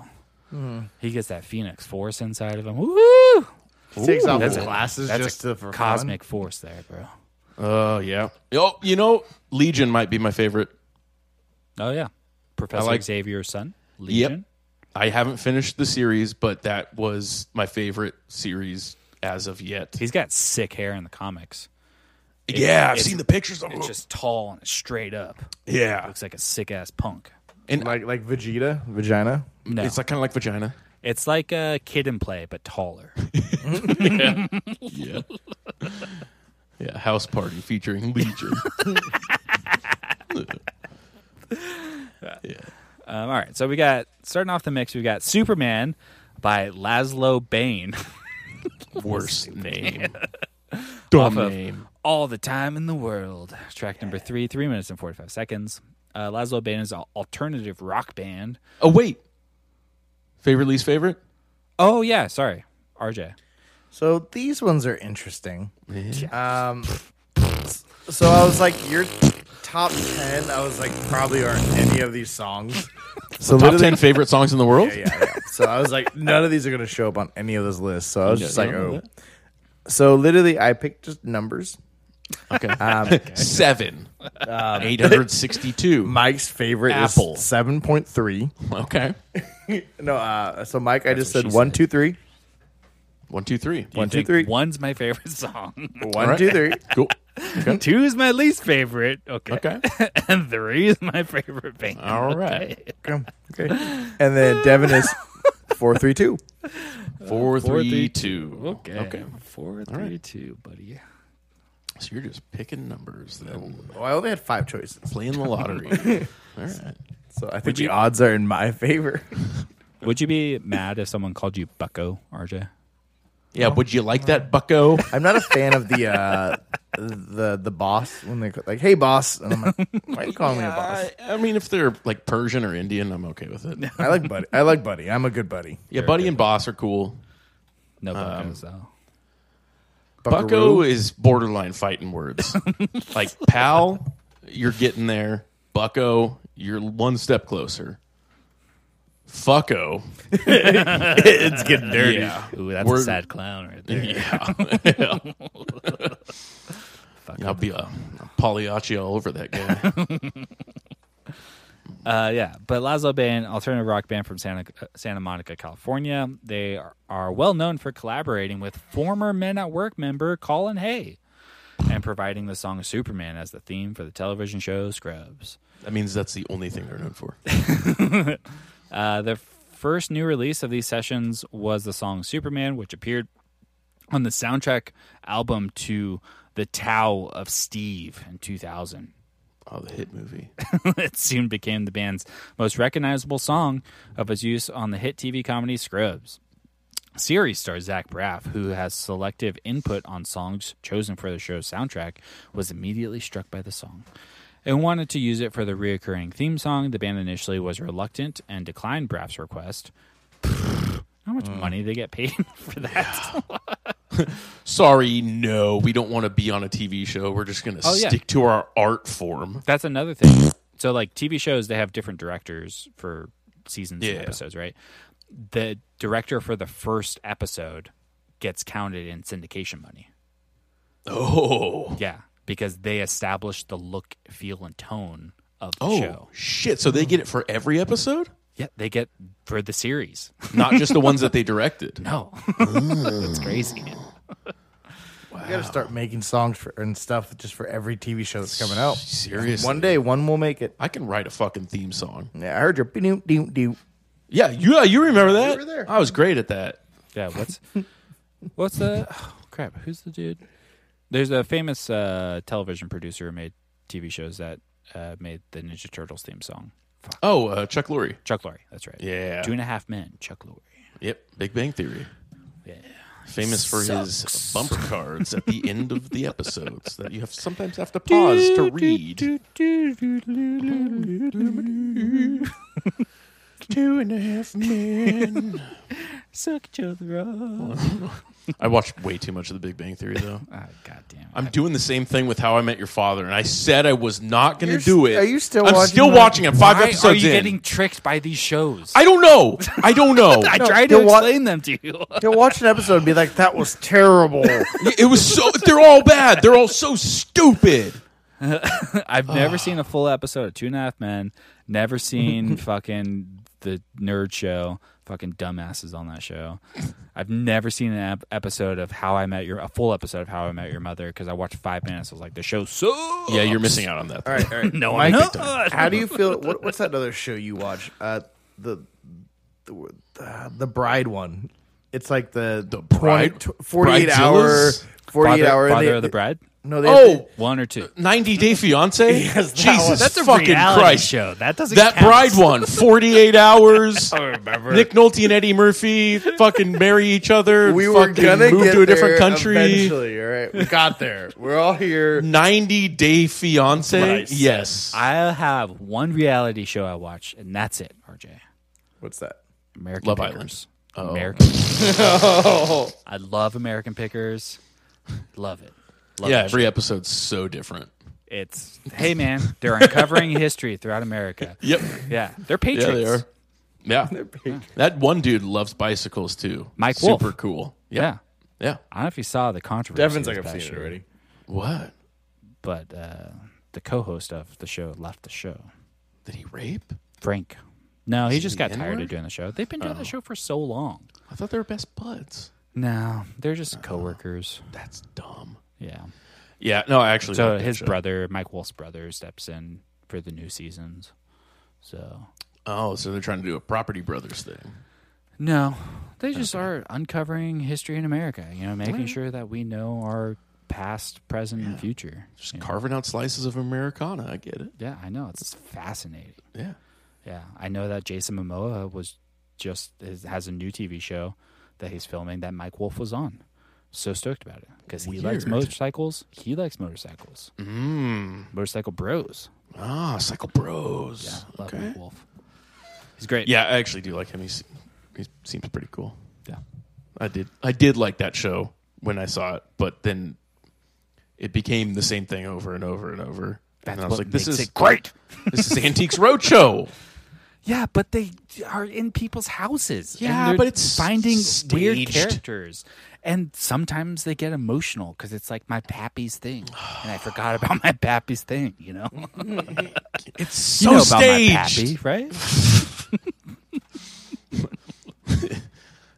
C: Hmm.
A: He gets that Phoenix force inside of him. Woo!
C: He takes off
A: That's
C: his
A: a-
C: glasses
A: That's
C: just
A: a
C: to, for fun.
A: cosmic force there, bro.
B: of- Oh yeah. Oh, you know, Legion might be my favorite.
A: Oh yeah. Professor
B: like-
A: Xavier's son, Legion.
B: I haven't finished the series, but that was my favorite series as of yet.
A: He's got sick hair in the comics.
B: yeah, I've
A: it's-
B: seen the pictures of him.
A: It's just tall and straight up.
B: yeah,
A: Looks like a sick ass punk.
C: Like like Vegeta, vagina.
A: No,
B: it's like kind of like vagina.
A: it's like a kid in play but taller.
B: (laughs) Yeah. (laughs) yeah, house party featuring Legion. (laughs) yeah.
A: Um, all right, so we got starting off the mix. We got Superman by Laszlo (laughs) Bain.
B: Worst name. Dumb
A: Off of-
B: name.
A: All the time in the world. Track number three, three minutes and forty-five seconds. Uh, Laszlo Bain is an alternative rock band.
B: (laughs) Oh wait. Favorite least favorite?
A: Oh yeah, sorry, RJ.
C: So these ones are interesting. Um, so I was like, your top ten. I was like, probably aren't any of these songs. So
B: Top
C: literally-
B: ten favorite songs in the world?
C: Yeah, yeah. So I was like, none of these are gonna show up on any of those lists. So I was just like,
B: none of
C: oh, So literally, I picked just numbers.
B: Okay.
A: (laughs)
C: Um,
B: (laughs) Seven. Eight hundred (laughs) sixty-two.
C: Mike's favorite
B: Apple.
C: is seven point three. (laughs)
B: Okay.
C: No, uh, so Mike, I just
A: what
C: said
A: she
C: one, two, three.
B: One, two, three.
A: You
C: One, two,
A: think
C: three.
A: One's my favorite (laughs) song.
C: One, two, three.
B: Cool.
A: Two is my least favorite. Okay.
B: Okay.
A: (laughs)
B: Uh,
A: and three is my favorite band.
B: (laughs) All right.
C: Okay. okay. And then Devin is four, three, two.
B: Uh,
A: Four,
B: Four, three,
A: three,
B: two.
A: Okay.
B: Okay.
A: Four, three,
B: right.
A: two, buddy.
B: So you're just picking numbers, then
C: Well, I only had five choices,
B: playing the lottery. (laughs) All right.
C: so I think the odds are in my favor.
A: Would you be mad if someone called you Bucko, RJ?
B: Yeah. Would you like that, Bucko? (laughs)
C: I'm not a fan of the uh, the the boss when they go, like, "Hey, boss," and I'm like, "Why are you calling me a boss?"
B: I, I mean, if they're like Persian or Indian, I'm okay with it.
C: I like buddy. I like buddy. I'm a good buddy.
B: (laughs) Yeah, buddy and boss are cool. Um,
A: No Buckos, though.
B: Bucko is borderline
A: (laughs)
B: fighting words. like pal, you're getting there. Bucko, you're one step closer. Fucko,
A: (laughs) It's getting dirty.
B: Yeah.
A: Ooh, that's
B: We're-
A: a sad clown right there.
B: yeah, I'll be a, a Pagliacci all over that
A: (laughs)
B: guy.
A: Uh, yeah, but Lazo Band, alternative rock band from Santa uh, Santa Monica, California. They are, are well known for collaborating with former Men at Work member Colin Hay, and providing the song "Superman" as the theme for the television show Scrubs.
B: that means that's the only thing they're known for.
A: Uh, the first new release of these sessions was the song "Superman," which appeared on the soundtrack album to "The Tao of Steve" in 2000.
B: Oh, the hit movie.
A: (laughs) it soon became the band's most recognizable song of its use on the hit TV comedy Scrubs. Series star Zach Braff, who has selective input on songs chosen for the show's soundtrack, was immediately struck by the song and wanted to use it for the reoccurring theme song. The band initially was reluctant and declined Braff's request. (sighs) How much money they get paid (laughs) for that?
B: Sorry, no, we don't want to be on a TV show. We're just going to
A: Oh, yeah.
B: stick to our art form.
A: That's another thing. so like TV shows, they have different directors for seasons and
B: Yeah.
A: episodes, right? The director for the first episode gets counted in syndication money.
B: Oh,
A: Yeah, because they establish the look, feel, and tone of the
B: oh,
A: show.
B: shit! So they get it for every episode,
A: Yeah, they get for the series. (laughs)
B: not just the ones that they directed.
A: No,
B: Mm.
A: that's crazy.
C: You gotta start making songs for, and stuff just for every TV show that's coming out.
B: Seriously.
C: One day, one will make it.
B: I can write a fucking theme song.
C: Yeah, I heard your doo doo doo.
B: Yeah, you, yeah, you remember that?
C: were there.
B: I was great at that.
A: Yeah,
B: (laughs)
A: what's what's the oh, crap? Who's the dude? There's a famous uh, television producer who made TV shows that uh, made the Ninja Turtles theme song.
B: Oh, uh, Chuck Lorre.
A: Chuck Lorre. That's right.
B: Yeah.
A: Two and a Half Men. Chuck Lorre.
B: Yep. Big Bang Theory.
A: Yeah.
B: Famous for his bumper cards at the end of the episodes that you have sometimes have to pause to read. Two and a half men.
A: Suck each other up. Oh,
B: (laughs) I watched way too much of the Big Bang Theory though.
A: God damn.
B: I'm doing the same thing with How I Met Your Father, and I said I was not going to do it.
C: are you still
B: I'm
C: watching
B: still
C: that?
B: watching it. Five
A: Why are
B: episodes
A: you
B: in.
A: getting tricked by these shows?
B: I don't know. I don't (laughs) know.
A: I
C: No,
A: tried to
C: you're wa-
A: explain them to you. (laughs)
C: You'll watch an episode and be like, "That was terrible."
B: It was so. They're all bad. They're all so stupid.
A: I've (sighs) never seen a full episode of Two and a Half Men. Never (laughs) seen fucking the nerd show. Fucking dumbasses on that show. I've never seen an ep- episode of How I Met Your a full episode of How I Met Your Mother because I watched five minutes. I was like, the show sucks.
B: Yeah, you're missing out on that.
C: all right, all right.
A: No,
C: Mike,
A: I'm not.
C: how do you feel? What, what's that other show you watch? Uh, the the uh, the bride one. It's like the the
B: bride-
C: forty eight hour
B: Bridezillas?
C: forty eight
A: Father-
C: hour.
A: Father
C: they-
A: of the Bride.
C: No, they
B: Oh,
A: One or two.
B: 90 Day Fiance.
C: (laughs) Yes, that one.
B: Jesus,
C: That's
B: fucking Christ.
A: show. That doesn't
B: That bride one, 48 hours.
C: remember.
B: Nick Nolte and Eddie Murphy fucking marry each other.
C: we were
B: fucking
C: gonna
B: move
C: get
B: to a different
C: there
B: country.
C: Eventually, all right, we got there. We're all here.
B: 90 Day Fiance.
C: That's what I said.
B: Yes.
A: I have one reality show I watch, and that's it. RJ,
C: What's that?
A: American
B: Love
A: Pickers.
B: Island. Oh.
A: American.
B: (laughs)
A: I love American Pickers. Love it. Love
B: yeah,
A: it.
B: every episode's so different. (laughs)
A: It's hey man, they're uncovering history throughout America.
B: Yep.
A: Yeah, they're
B: Yeah,
A: patriots.
B: they are.
C: (laughs)
B: Yeah. That one dude loves bicycles too.
A: Mike Wolf.
B: Super cool. Yep.
A: Yeah.
B: Yeah.
A: I don't know if you saw the controversy.
C: Devin's
A: this
C: like, I've
A: past
C: seen it
A: year,
C: already.
B: What?
A: But uh, the co-host of the show left the show.
B: Did he rape?
A: Frank. No, he
B: Is he Oh.
A: just got
B: the
A: tired
B: N-word?
A: of doing the show. They've been doing the show for so long.
B: I thought they were best buds.
A: No, they're
B: Uh-huh.
A: just coworkers.
B: That's dumb.
A: Yeah.
B: Yeah. No, I actually.
A: So
B: like that
A: his
B: show.
A: brother, Mike Wolf's brother, steps in for the new seasons. So
B: Oh, so they're trying to do a property brothers thing.
A: no, they just are uncovering history in America. You know, making sure that we know our past, present, and future.
B: Just
A: you know?
B: carving out slices of Americana. I get it.
A: yeah, I know it's fascinating.
B: Yeah.
A: Yeah, I know that Jason Momoa was just is, has a new TV show that he's filming that Mike Wolf was on. So stoked about it because he likes
B: Weird.
A: motorcycles. He likes motorcycles.
B: Mm.
A: Motorcycle Bros.
B: Ah, Cycle Bros.
A: Love
B: okay.
A: Mike Wolf. He's great.
B: Yeah, I actually do like him. He's, he seems pretty cool.
A: yeah.
B: I did. I did like that show when I saw it, but then it became the same thing over and over and over.
A: That's
B: and I was
A: what
B: like, "This
A: makes
B: is
A: it great.
B: (laughs) this is Antiques
A: (laughs)
B: Roadshow."
A: Yeah, but they are in people's houses. and
B: Yeah,
A: they're
B: but it's
A: finding weird
B: staged.
A: characters, and sometimes they get emotional because it's like my pappy's thing, and I forgot (laughs) about my pappy's thing. You know,
B: It's
A: you
B: so
A: know about my
B: staged.
A: pappy, right? (laughs)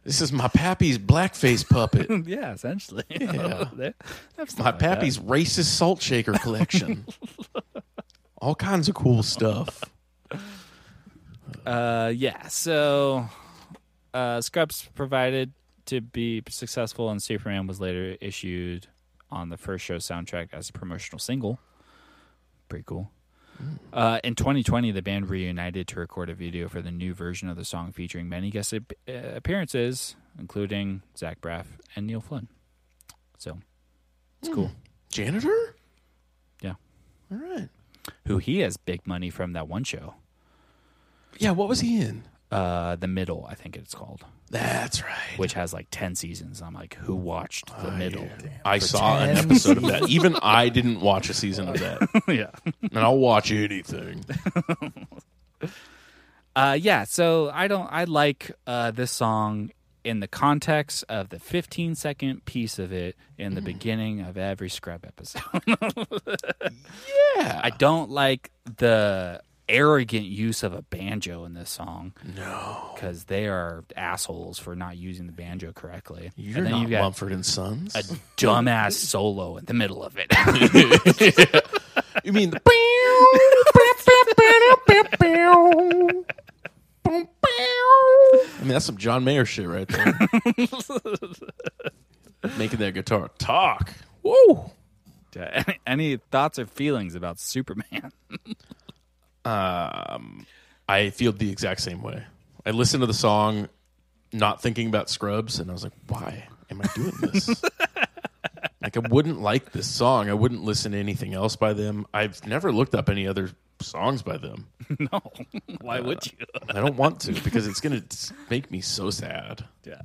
B: This is my pappy's blackface puppet.
A: yeah, essentially. (laughs)
B: Yeah.
A: They- they have stuff
B: my
A: like that.
B: pappy's racist salt shaker
A: (laughs)
B: collection. All kinds of cool stuff.
A: Uh, yeah. So, uh, Scrubs provided to be successful, and Superman was later issued on the first show soundtrack as a promotional single. Pretty cool. Uh, in 2020, the band reunited to record a video for the new version of the song, featuring many guest ap- uh, appearances, including Zach Braff and Neil Flynn. So, it's cool.
B: Janitor?
A: Yeah.
B: All right.
A: Who he has big money from that one show,
B: Yeah, what was he in?
A: uh, The Middle, I think it's called.
B: That's right.
A: which has like 10 seasons. I'm like, who watched the middle?
B: I saw an
C: 10
B: episode of that. Even I didn't watch a season of that.
A: (laughs) Yeah.
B: And I'll watch anything.
A: Uh, yeah. So I don't, I like uh, this song in the context of the 15 second piece of it in the beginning of every Scrub episode. (laughs)
B: Yeah.
A: (laughs) I don't like the arrogant use of a banjo in this song
B: no.
A: because they are assholes for not using the banjo correctly.
B: You're
A: and then
B: not
A: you got
B: Mumford and Sons.
A: a (laughs) dumbass solo in the middle of it. (laughs)
B: you mean the I mean that's some John Mayer shit
A: (laughs)
B: right there. Making that guitar talk. Woo.
A: any, any thoughts or feelings about Superman? (laughs)
B: I feel the exact same way. I listened to the song, not thinking about Scrubs, and I was like, why am I doing
A: (laughs)
B: this? like, I wouldn't like this song. I wouldn't listen to anything else by them. I've never looked up any other songs by them. Uh,
A: no. Uh, Why would you?
B: I don't want to because it's going to make me so sad.
A: Yeah.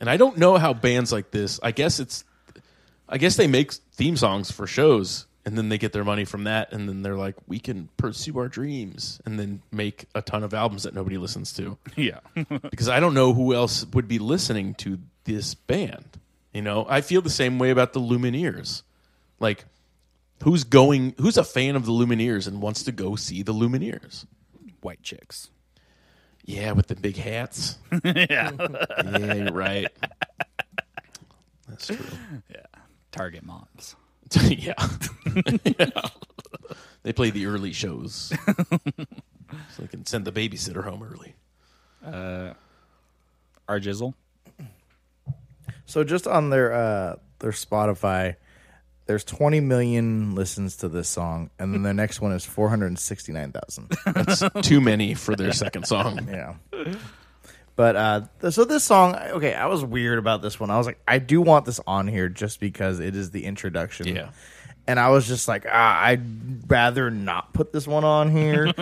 B: And I don't know how bands like this, I guess it's, I guess they make theme songs for shows and then they get their money from that. And then they're like, we can pursue our dreams and then make a ton of albums that nobody listens to.
A: (laughs) Yeah.
B: because I don't know who else would be listening to this band. You know, I feel the same way about the Lumineers. Like, who's going? Who's a fan of the Lumineers and wants to go see the Lumineers?
A: (laughs) White chicks.
B: Yeah, with the big hats. yeah, yeah, you're right. That's true.
A: Target moms. (laughs)
B: yeah. Yeah. (laughs) They play the
A: (laughs)
B: early shows, so they can send the babysitter home early.
A: Our jizzle.
C: So just on their uh, their Spotify, there's 20 million listens to this song, and then the next one is 469,000.
B: That's too many for their
A: (laughs)
B: second song.
C: Yeah. But uh, th- so this song, okay, I was weird about this one. I was like, I do want this on here just because it is the introduction.
B: Yeah.
C: And I was just like, ah, I'd rather not put this one
B: (laughs)
C: on here.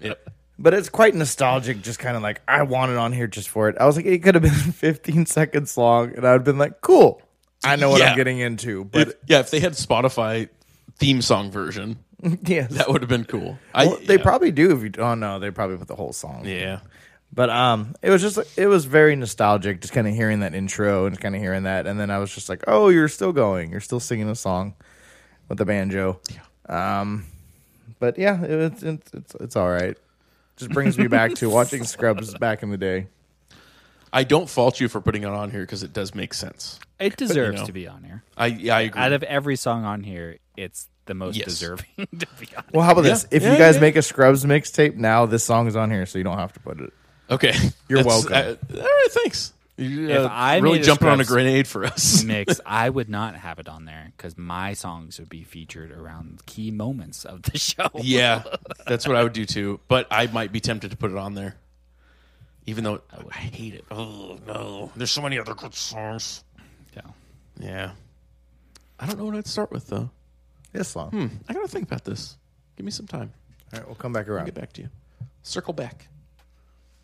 B: It-
C: but it's quite nostalgic, just kind of like, I want it on here just for it. I was like, it could have been (laughs) 15 seconds long, and I'd have been like, cool. I know what
B: Yeah.
C: I'm getting into.
B: If-
C: But
B: yeah, if they had Spotify theme song version,
C: yes.
B: that would have been cool. I,
C: Well, they
B: yeah.
C: probably do if you. Oh no, they probably put the whole song.
B: yeah.
C: But um, it was just it was very nostalgic, just kind of hearing that intro and kind of hearing that, and then I was just like, oh, you're still going, you're still singing a song with the banjo. Yeah. Um, but yeah, it, it's it's it's it's all right. Just brings me back to
B: (laughs)
C: watching Scrubs back in the day.
B: I don't fault you for putting it on here because it does make sense.
A: It deserves
B: know.
A: to be on here.
B: I yeah, I agree.
A: Out of every song on here, it's the most
B: Yes.
A: deserving (laughs) to be on.
C: Well, how about this?
B: Yeah.
C: If
B: Yeah,
C: you guys
B: yeah.
C: make a Scrubs mixtape now, this song is on here, so you don't have to put it.
B: okay,
C: You're
B: That's-
C: welcome.
B: I- all right, thanks. You,
A: If
B: uh,
A: I
B: really
A: made a
B: jumping on a
A: Scrubs-
B: grenade for us.
A: mix, I would not have it on there because my songs would be featured around key moments of the (laughs) show.
B: (laughs) yeah, that's what I would do too. But I might be tempted to put it on there, even though I hate it. Oh no, there's so many other good songs.
A: So,
B: Yeah, I don't know what I'd start with though.
C: This song.
B: Hmm, I gotta think about this. Give me some time.
C: All right, we'll come back
B: I'll
C: around.
B: get back to you. Circle back.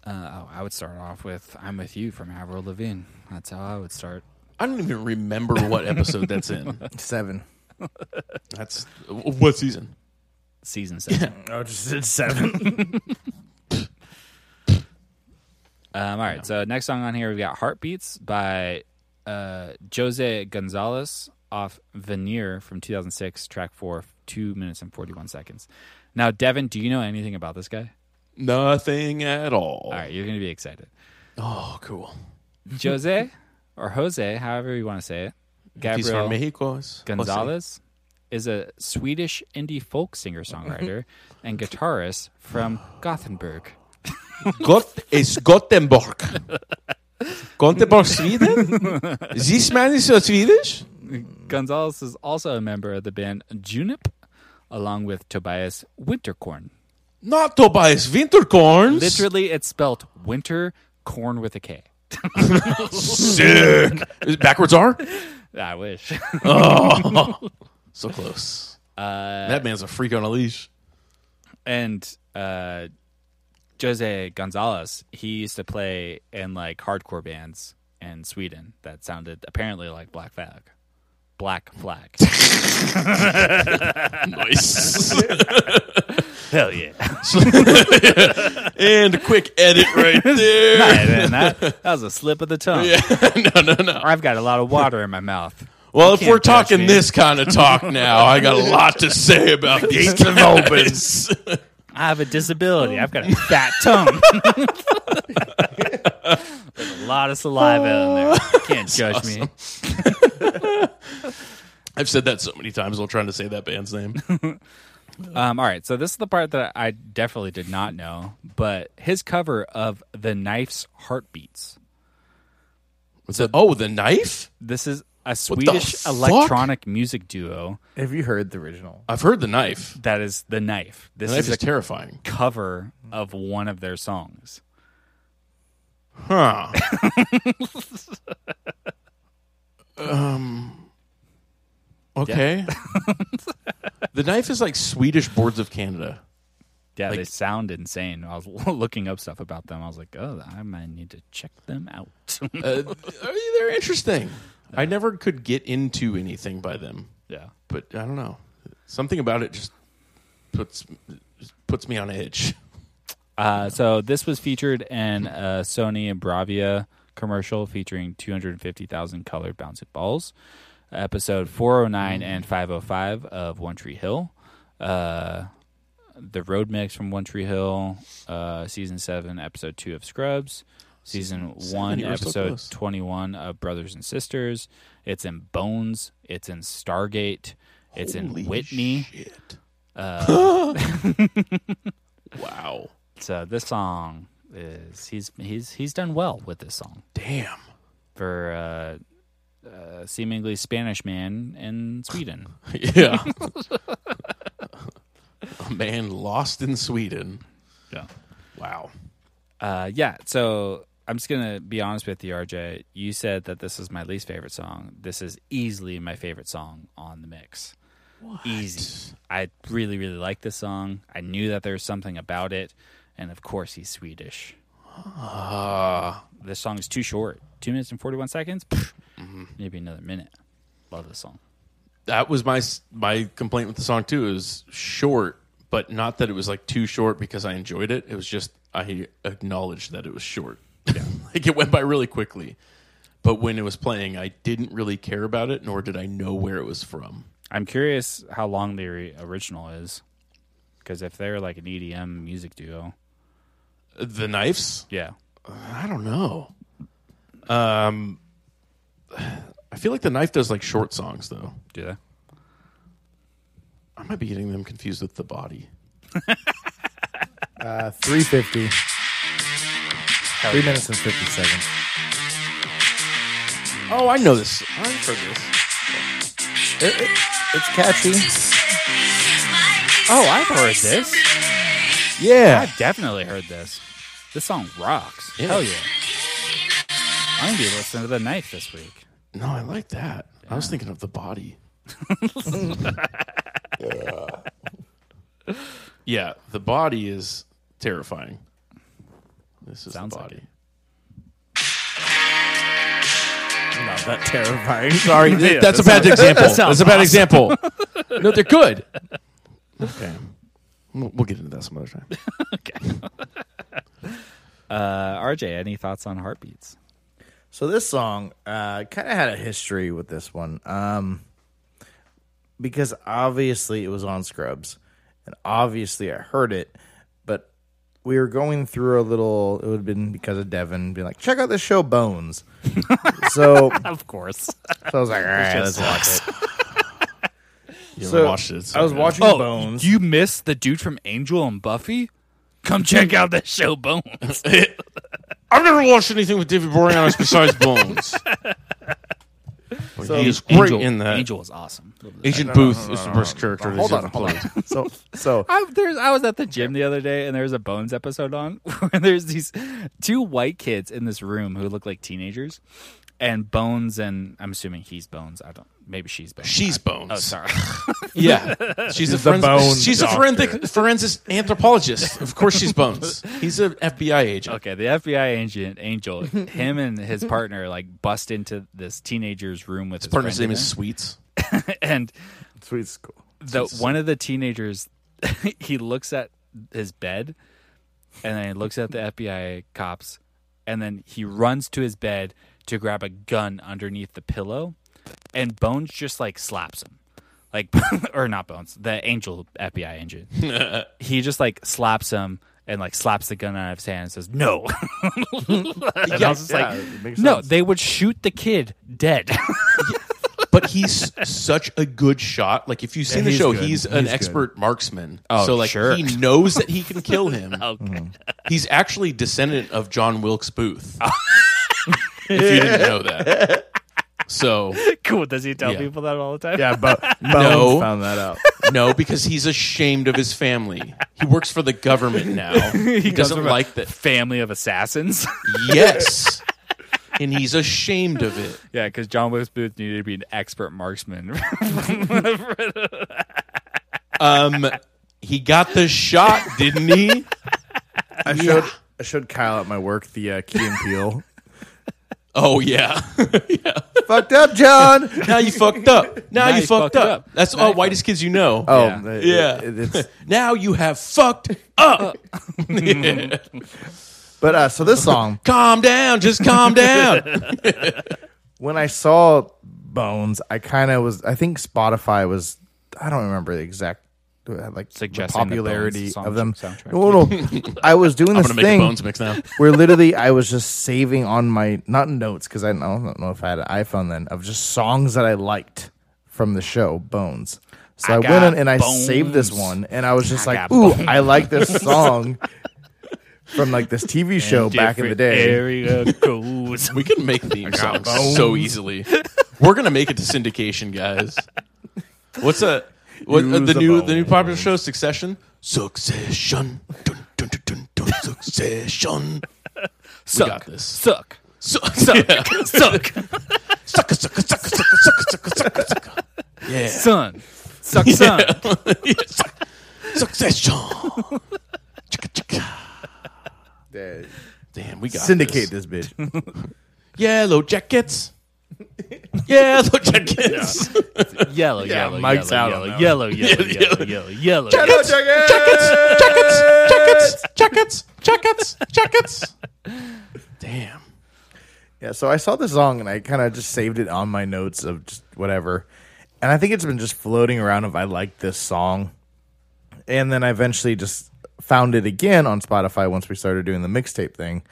A: uh, oh, I would start off with "I'm with You" from Avril Lavigne. That's how I would start.
B: I don't even remember what episode that's (laughs) in.
C: Seven.
B: That's what season? (coughs)
A: (laughs) Season seven.
C: Oh, just did seven.
B: (laughs)
A: Um, all right. So next song on here, we've got "Heartbeats" by uh, Jose Gonzalez off "Veneer" from 2006, track four, two minutes and forty-one seconds. Now, Devin, do you know anything about this guy?
B: Nothing at all.
A: All right, you're going to be
B: (laughs)
A: excited.
B: Oh, cool.
A: Jose or Jose, however you want to say it.
B: He's from
A: Gabriel
B: Mexico. Jose.
A: Gonzalez is a Swedish indie folk
B: (laughs)
A: singer-songwriter and guitarist from Gothenburg.
B: Got is Gothenburg. (laughs) Gothenburg, (laughs) Sweden. This man is so Swedish. Hmm.
A: Gonzalez is also a member of the band Junip, along with Tobias Winterkorn.
B: Not Tobias Winterkorn.
A: Literally, it's spelled winter corn with a K. (laughs)
B: sick. Is it backwards R.
A: I wish. (laughs)
B: So close. that man's a freak on
A: (laughs)
B: a leash.
A: and uh, Jose Gonzalez, he used to play in like hardcore bands in Sweden that sounded apparently like Black Flag. Black Flag.
B: Nice.
A: (laughs) Hell (laughs) yeah.
B: and a quick edit
A: (laughs)
B: right there.
A: Man, that, that was a slip of the tongue. (laughs)
B: no, no, no.
A: I've got a lot of water in my mouth.
B: Well, if
A: can't
B: we're
A: touch
B: talking
A: me.
B: this kind of talk now, I got a lot to
A: (laughs)
B: say about these developments.
A: I have a disability. I've got a fat tongue. (laughs) There's a lot of saliva in there. You can't judge me.
B: (laughs) I've said that so many times while trying to say that
A: (laughs)
B: band's name.
A: Um, all right, so this is the part that I definitely did not know, but his cover of The Knife's Heartbeats.
B: What's that? Oh, the knife?
A: This is a
B: the
A: Swedish
B: fuck?
A: electronic music duo
C: Have you heard the original?
B: I've heard the knife.
A: that is The Knife. This
B: The knife
A: is
B: is
A: a
B: terrifying.
A: cover of one of their songs.
B: (laughs) Huh. um, Um, okay. the knife is like Swedish Boards of Canada.
A: Yeah, they
B: Like-
A: sound insane. I was (laughs) looking up stuff about them. I was like, oh, I might need to check them out. (laughs)
B: Uh, they're interesting. I never could get into anything by them.
A: yeah.
B: but I don't know. Something about it just puts puts me on edge.
A: Uh, so this was featured in a Sony Bravia commercial featuring 250,000 colored bouncing balls, episode 409 and 505 of One Tree Hill. Uh, the road mix from One Tree Hill, uh, season seven, episode two of Scrubs, season
B: Season
A: one,
B: seven, you were so
A: episode
B: close.
A: 21 of Brothers and Sisters. It's in Bones. It's in Stargate. It's
B: Holy
A: in Whitney. Uh,
B: shit.
A: (laughs)
B: (gasps) wow.
A: So this song is he's he's he's done well with this song
B: Damn.
A: for uh, a seemingly Spanish man in Sweden.
B: (laughs) Yeah. A man lost in Sweden.
A: yeah.
B: Wow.
A: Uh, yeah. So I'm just gonna be honest with you, RJ. You said that this is my least favorite song. This is easily my favorite song on the mix. Easy. I really really like this song. I knew that there was something about it, and of course he's Swedish.
B: Uh,
A: This song is too short. Two minutes and forty one seconds. Pfft. Maybe another minute. Love this song.
B: that was my s- my complaint with the song too. Is short, but not that it was like too short because I enjoyed it. It was just I acknowledged that it was short. (laughs) like it went by really quickly. But when it was playing, I didn't really care about it, nor did I know where it was from.
A: I'm curious how long the ori- original is, because if they're like an EDM music duo,
B: The knives?
A: yeah,
B: I don't know. Um, (sighs) I feel like the knife does like short songs though.
A: do they?
B: I might be getting them confused with the body.
C: Uh, 350. Three minutes and 50 seconds.
B: Oh, I know this. I've heard this.
C: It- it- it's catchy.
A: Oh, I've heard this.
B: Yeah,
A: I've definitely heard this. This song rocks.
B: Yeah.
A: Hell yeah! I'm gonna be listening to the knife this week.
B: no, I like that. I was thinking of the body. (laughs) yeah, the body is terrifying. This is
A: Sounds
B: the
A: like
B: body.
A: it.
C: Not that terrifying.
B: Sorry, th- that's a bad example. That's
A: sounds
B: a bad example.
A: (laughs)
B: No, they're good. Okay, we'll, we'll get into that some other time.
A: Uh, RJ, any thoughts on heartbeats?
C: So this song uh, kind of had a history with this one, um, because obviously it was on Scrubs, and obviously I heard it, but we were going through a little. It would have been because of Devin being like, "Check out the show Bones." so, so
A: Of (laughs) course.
C: I was like, "All right, let's watch it."
B: You
C: So,
B: ever watched it? It's
C: I was
B: good.
C: watching
A: Oh,
C: Bones.
A: you missed the dude from Angel and Buffy? Come check out that show, Bones.
B: I've never watched anything with David Boreanaz besides
C: (laughs)
B: Bones. he is great
A: (laughs) Angel,
B: in that.
A: Angel is awesome.
B: Agent Booth is the worst character.
C: Hold on, hold on. So, so
A: I, there's, I was at the gym the other day, and there was a Bones episode on (laughs) where there's these two white kids in this room who look like teenagers, and Bones and I'm assuming he's Bones. I don't. Maybe she's Bones.
B: (laughs) She's Bones.
A: oh, sorry. (laughs)
B: Yeah, she's a
C: the bone
B: forensic. She's a
C: doctor. (laughs)
B: forensic forensic anthropologist. Of course, she's Bones. He's an FBI agent.
A: Okay, the FBI agent Angel, him and
B: (laughs)
A: his partner like bust into this teenager's room with his,
B: Partner's
A: friend
B: name
A: in
B: is Sweets.
A: it, (laughs) and
C: sweet school.
A: the one of the teenagers (laughs) he looks at his bed and then he looks
B: (laughs)
A: at the FBI cops and then he runs to his bed to grab a gun underneath the pillow and Bones just like slaps him. Like (laughs) or not Bones, the angel FBI
B: (laughs)
A: agent. he just like slaps him and like slaps the gun out of his hand and says, No. (laughs) And I was just like, No, they would shoot the kid dead.
B: But he's such a good shot. Like if you've seen the
C: he's
B: show,
C: good.
B: he's an
C: He's good.
B: expert marksman.
A: Oh,
B: so like
A: sure. Oh,
B: he knows that he
A: (laughs)
B: can kill him.
A: okay.
C: Hmm.
B: He's actually descendant of John
A: (laughs)
B: Wilkes Booth. (laughs) if you didn't know that. So
A: Cool. Does he tell
B: Yeah.
A: people that all the time?
C: Yeah, Bo- Bones
B: No.
C: found that out.
B: no, because he's ashamed of his family. He works for the government now.
A: (laughs)
B: He, doesn't
A: from a
B: like that.
A: family of assassins. (laughs)
B: Yes. And he's ashamed of it.
A: yeah, because John Wilkes Booth needed to be an expert marksman. (laughs)
B: Um he got the shot, didn't he?
C: I showed I showed Kyle at my work the uh, Key and Peele.
B: Oh yeah. yeah.
C: (laughs) Fucked up, John.
B: Now you fucked up. Now, you, fucked, up. That's all whitest kids you know.
C: Oh,
A: Yeah.
C: it-
B: Yeah.
C: it- it's,
B: (laughs) Now you have fucked up. Yeah.
C: but uh, so this song,
B: Calm down. Just calm down.
C: when I saw Bones, I kind of was. I think Spotify was. I don't remember the exact uh, like the
A: Suggesting the
C: popularity
A: Bones song-
C: of them.
A: soundtrack.
C: No,
B: (laughs)
C: no, I was doing this
B: I'm gonna make
C: thing
B: a bones mix now.
C: where literally I was just saving on my not notes because I don't- I don't know if I had an iPhone then of just songs that I liked from the show Bones. So I,
A: got
C: went in and I
A: bones.
C: saved this one, and I was just
A: I
C: like,
A: got
C: "Ooh, I like this song from like this TV show back in the day." (laughs)
A: Area codes.
B: We can make theme songs so easily. We're gonna make it to syndication, guys. What's a what uh, the
C: Use the
B: new the new popular show Succession? Succession. Dun, dun, dun, dun, dun, succession.
A: suck.
B: got this.
A: Suck.
B: Su- suck. (laughs) Yeah.
A: Suck.
B: Sucka, sucka, sucka, sucka, sucka, sucka, sucka, sucka. Yeah.
A: Son. Suck son.
B: Yes. (laughs) Succession. Chicka, chicka.
C: Dude,
B: Damn, we got
C: Syndicate
B: This.
C: this bitch.
B: Yellow jackets. Yellow jackets.
A: (laughs) Yellow,
C: (laughs) Yeah,
A: yellow,
C: Mike's
A: yellow, (laughs)
C: out
A: yellow,
C: on
A: yellow, yellow,
B: Yeah,
A: yellow, yellow, yellow,
B: Jackets. Jackets. Jackets. Jackets, jackets, jackets, jackets. Damn.
C: Yeah, so I saw this song and I kind of just saved it on my notes of just whatever. And I think it's been just floating around if I like this song. And then I eventually just found it again on Spotify once we started doing the mixtape thing.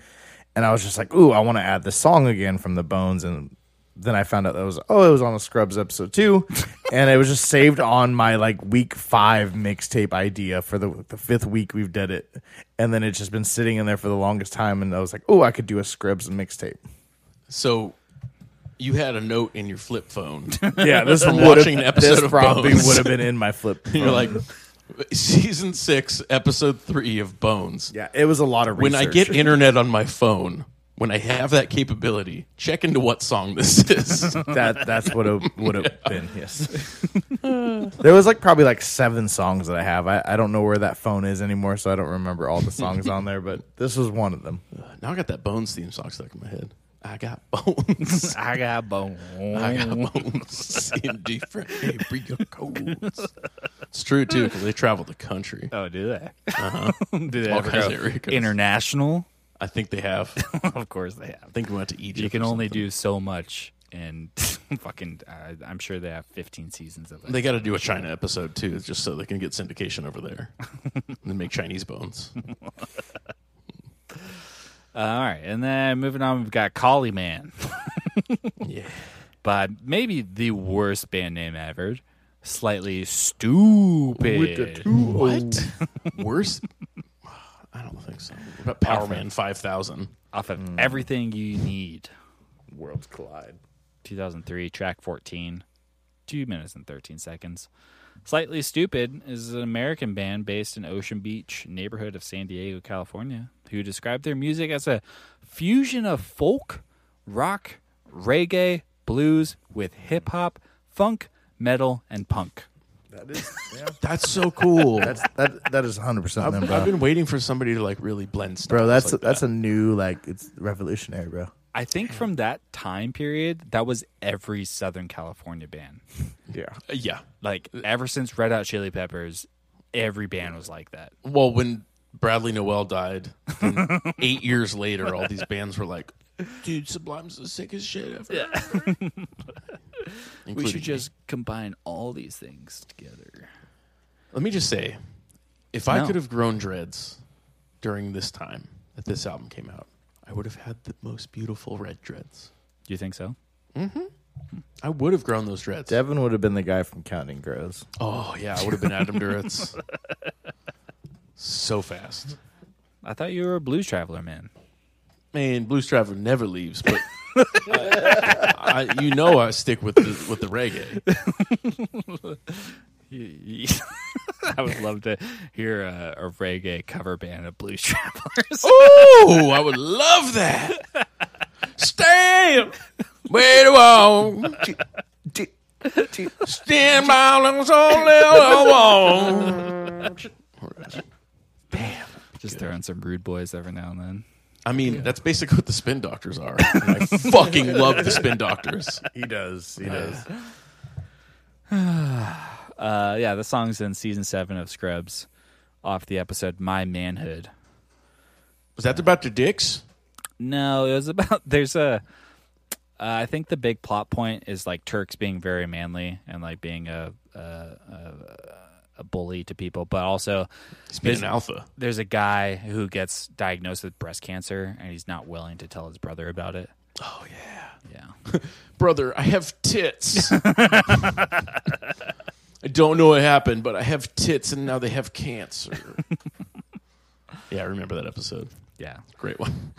C: And I was just like, ooh, I want to add this song again from the Bones. And then I found out that was, oh, it was on the Scrubs episode two. and it was just saved on my like week five mixtape idea for the, the fifth week we've did it. And then it's just been sitting in there for the longest time. And I was like, oh, I could do a Scrubs mixtape.
B: So you had a note in your flip phone. (laughs)
C: Yeah, this
B: From
C: would've-
B: watching an episode
C: this
B: of
C: probably
B: Bones.
C: would have been in
B: (laughs)
C: my flip.
B: You're like season six, episode three of Bones.
C: yeah, it was a lot of research.
B: When I get internet on my phone, when I have that capability, check into what song this
C: (laughs)
B: is.
C: (laughs) that, that's what it would have
B: (laughs)
C: been. Yes, there was like probably like seven songs that I have. I, I don't know where that phone is anymore, so I don't remember all the songs on there.
B: (laughs)
C: But this was one of them.
B: now I got that Bones theme song stuck in my head. I got bones.
A: I got bones. (laughs)
B: I got bones. (laughs) Indifferent. Gabriel Coles. It's true too because they travel the country.
A: Oh, do they? Uh-huh. (laughs) do they
B: All
A: ever
B: kinds
A: go
B: of areas.
A: international? (laughs)
B: I think they have. I
A: of course they have.
B: think we went to Egypt.
A: You can
B: or
A: only do so much, and (laughs) fucking, I I'm sure they have 15 seasons of it.
B: They got to do a China episode too, just so they can get syndication over there and then make Chinese bones.
A: Uh, all right, and then moving on, we've got Collie Man.
B: (laughs) Yeah.
A: by maybe the worst band name ever. Slightly stupid.
B: What? Worse? I don't think so. What about Power Man 5000?
A: Off of everything you need.
C: Worlds collide.
A: 2003, track 14, 2 minutes and 13 seconds. Slightly Stupid is an American band based in Ocean Beach, neighborhood of San Diego, California, who describe their music as a fusion of folk, rock, reggae, blues with hip hop, funk, metal, and punk.
C: That is yeah.
B: That's so cool.
C: that's that that is 100 percent them,
B: I've,
C: bro.
B: I've been waiting for somebody to like really blend stuff.
C: Bro, that's
B: like
C: that's a new like it's revolutionary, bro.
A: I think from that time period, that was every Southern California band.
C: Yeah,
B: that. Uh, yeah.
A: Like ever since Red Hot Chili Peppers, every band was like that.
B: Well, when Bradley Noel died, then (laughs) eight years later, all these bands were like, "Dude, Sublime's the sickest shit ever." (laughs)
A: We should
B: Including
A: just combine all these things together.
B: Let me just say, if I
A: No.
B: could have grown dreads during this time that this album came out, I would have had the most beautiful red dreads.
A: Do you think so?
B: I would have grown those dreads.
C: Devin would have been the guy from Counting Crows.
B: oh yeah, I would have been
A: (laughs)
B: Adam Duritz. so fast,
A: I thought you were a blues traveler, man.
B: man. Blues Traveler never leaves, but. I, I, you know I stick with the with the reggae.
A: (laughs) I would love to hear a, a reggae cover band of blues (laughs) travelers.
B: Ooh, I would love that. Stand, wait a while. Stand by, let us all live alone.
A: Just throwing some rude boys every now and then.
B: I mean, that's basically what the spin doctors are. And I fucking love the spin doctors.
C: He does. He does.
A: Uh, yeah, the song's in season seven of Scrubs, off the episode "My Manhood."
B: Was that about your dicks?
A: No, it was about (laughs) there's a. Uh, I think the big plot point is like Turks being very manly and like being a a, a, a bully to people, but also
B: He's being an alpha.
A: there's a guy who gets diagnosed with breast cancer and he's not willing to tell his brother about it.
B: Oh yeah,
A: Yeah,
B: brother, I have (laughs) tits. I don't know what happened, but I have tits, and now they have cancer. (laughs) yeah, I remember that episode. (laughs)
A: yeah.
B: Great one.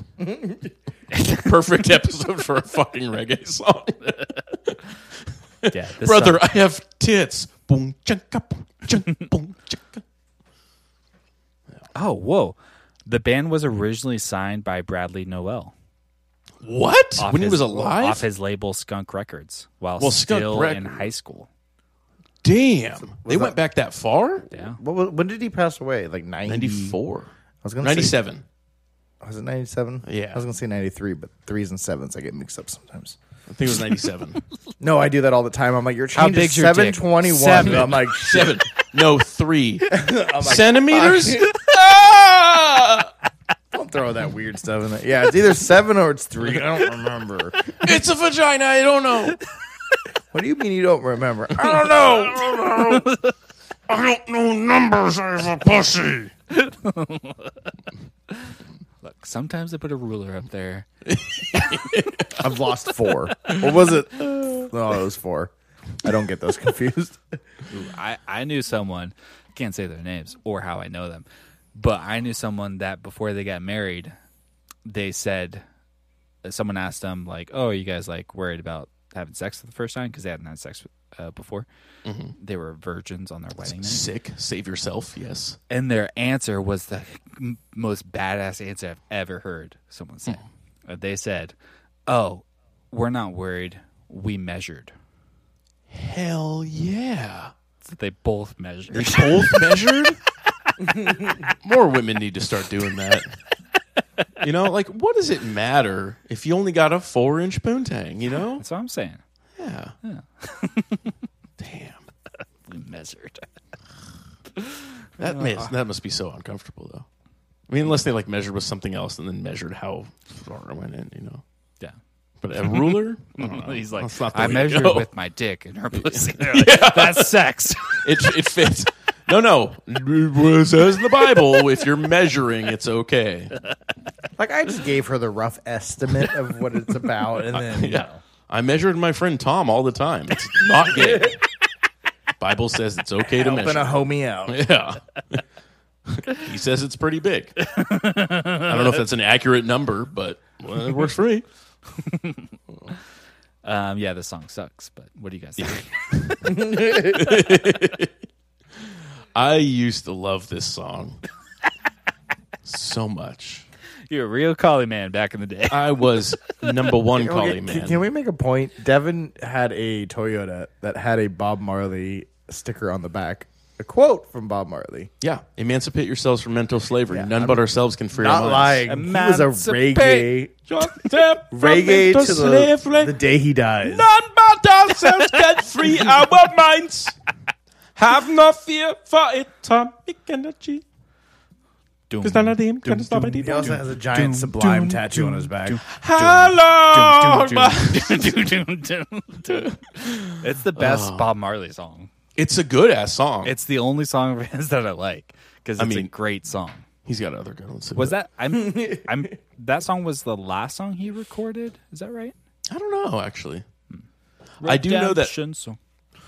B: Perfect episode for a fucking reggae (laughs) song.
A: yeah this
B: Brother,
A: song-
B: I have tits. Boom, chunka, boom, chunk, boom, chunka.
A: oh, whoa. The band was originally signed by Bradley Noel.
B: What?
A: off
B: when he
A: his-
B: was alive?
A: Off his label Skunk Records while
B: Well, Skunk
A: still
B: Rec-
A: in high school.
B: Damn. they went back that far?
A: Yeah.
C: What, wa- when did he pass away? Like 90,
B: 94.
C: I was gonna say
B: 97.
C: Was it 97?
B: Yeah.
C: I was going to say 93, but threes and sevens I get mixed up sometimes.
B: I think it was 97.
C: No, I do that all the time. I'm like, your change is
A: big's your dick?
C: 721.
A: Seven.
C: I'm like,
B: (laughs) Seven. No, three. Centimeters? Ah!
C: Don't throw that weird stuff in there. Yeah, it's either seven or it's three. I don't remember.
B: It's a vagina. I don't know.
C: What do you mean you don't remember? (laughs) I don't know.
B: I don't know. I don't know numbers. I have a pussy.
A: Look, sometimes they put a ruler up there.
C: I've lost four. What was it? No, it was four. I don't get those confused. (laughs)
A: I, I knew someone, can't say their names or how I know them, but I knew someone that before they got married, they said, uh, someone asked them, like, oh, are you guys like worried about having sex for the first time? Because they hadn't had sex uh, before. They were virgins on their wedding night.
B: Sick. Save yourself. Yes.
A: And their answer was the m- most badass answer I've ever heard someone say. Uh, They said, oh, we're not worried. We measured.
B: Hell yeah.
A: So they both measured.
B: Both measured. (laughs) More women need to start doing that. You know, like what does it matter if you only got a four-inch poontang?
A: (laughs)
B: You know.
A: That's what I'm saying.
B: Yeah. Damn.
A: We measured. (laughs)
B: That must, that must be so uncomfortable though. I mean, unless they like measured with something else and then measured how far it went in, you know.
A: Yeah.
B: But a (laughs) ruler, I don't know.
A: He's like,
B: That's not the
A: I
B: way to
A: measured
B: go."
A: with my dick (laughs) and her pussy. They're like, That's (laughs) sex.
B: it it fits. No, no. It says in the Bible, if you're measuring, it's okay.
C: Like I just gave her the rough estimate of what it's about, and
A: (laughs)
C: then
B: (laughs) Yeah. I measured my friend Tom all the time. It's not (laughs) gay. Bible says it's okay to
C: helping
B: measure.
C: a homie
A: (laughs)
B: (laughs)
C: out.
B: Yeah. he says it's pretty (laughs) big. I don't know if that's an accurate number, but well, it works for me.
A: Um, yeah, this song sucks, but what do you guys think? (laughs)
B: I used to love this (laughs) song so much.
A: You're a real collie man back in the day.
B: I was number one
C: Okay,
B: collie
C: can-
B: man.
C: Can we make a point? Devin had a Toyota that had a Bob Marley sticker on the back, a quote from Bob Marley.
B: Yeah, emancipate yourselves from mental slavery.
C: Yeah,
B: None
C: I'm
B: but ourselves can free
C: Not
B: our
C: lying.
B: (laughs) minds.
C: He was a reggae,
A: Emancipate.
B: reggae
C: reggae to the, the day he dies.
B: None but ourselves can free our minds. Have no fear for atomic energy.
A: (laughs) Doom.
B: Because none of them can stop it.
C: He
B: either.
C: also has a giant sublime tattoo on his back.
B: Hello. Oh, my- (laughs)
A: Doom, doom, doom, doom, doom. It's the best
B: Oh.
A: Bob Marley song.
B: It's a good ass song.
A: It's the only song of his (laughs) that I like because it's a
B: mean-
A: great song.
B: He's got other good ones. too,
A: Was
B: but-
A: that
B: (laughs)
A: I'm I'm that song was the last song he recorded? Is that right?
B: I don't know actually. I do know that
A: Redemption song.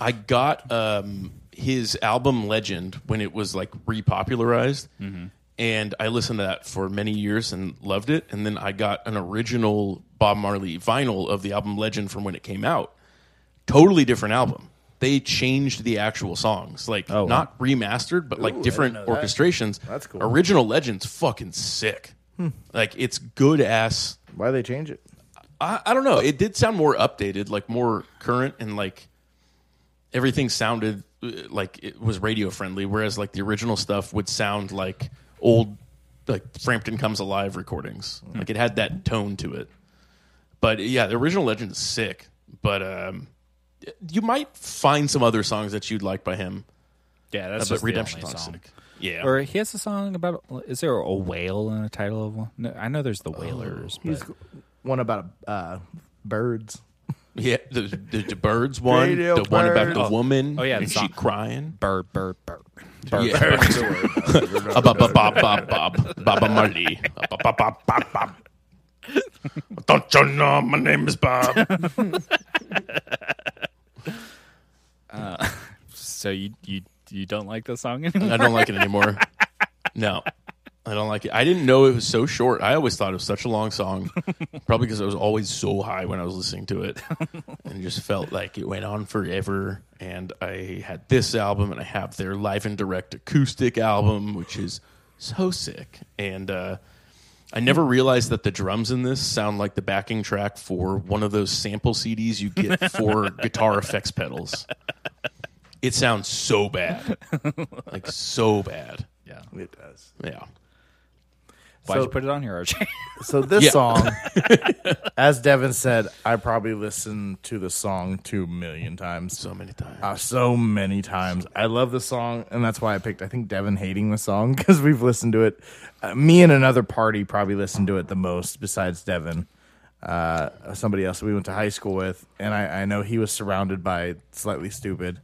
B: I got um, his album Legend when it was like repopularized, and I listened to that for many years and loved it. And then I got an original Bob Marley vinyl of the album Legend from when it came out. Totally different album. They changed the actual songs, like
A: wow.
B: not remastered, but like different orchestrations.
C: That's cool.
B: Original Legend's fucking sick. Like it's good ass
C: Why they change it?
B: I, I don't know. It did sound more updated, like more current, and like everything sounded uh, like it was radio friendly. Whereas like the original stuff would sound like old, like Frampton Comes Alive recordings.
A: Mm-hmm.
B: Like it had that tone to it. But yeah, the original Legend is sick. But um, you might find some other songs that you'd like by him.
A: Yeah, that's
B: but
A: just
B: Redemption
A: Redemption
B: song's
A: song.
B: sick. Yeah.
A: Or he has a song about. Is there a whale in the title of one? No, I know there's the whalers. but-
C: One about uh, birds.
B: yeah, the, the, the birds one,
C: Radio
B: the one about
C: Birds.
B: the woman.
A: Oh, yeah, the
B: and she
A: song.
B: crying.
A: burr burr burr. burr
B: Yeah.
A: burr.
B: Uh, bop, bop, bop, bop, bop, Baba Marley. Uh, bop, bop, bop, bop, bop. Don't you know my name is Bob?
A: So you you you don't like the song (laughs) anymore?
B: I don't like it anymore. No, I don't like it. I didn't know it was so short. I always thought it was such a long song, probably because I was always so high when I was listening to it, and it just felt like it went on forever. And I had this album, and I have their live and direct acoustic album, which is so sick. And uh, I never realized that the drums in this sound like the backing track for one of those sample CDs you get for guitar effects pedals. It sounds so bad. Like so bad.
A: Yeah.
C: It does.
B: Yeah.
A: Why'd
C: So-
A: you put it on here, RJ?
C: So this
B: Yeah.
C: (laughs) song, as Devin said, I probably listened to the song two million times.
B: so many times.
C: Uh, so many times. I love the song, and that's why I picked. I think Devin hating the song (laughs) because we've listened to it. Uh, me and another party probably listened to it the most, besides Devin. Uh, somebody else we went to high school with, and I, I know he was surrounded by slightly stupid,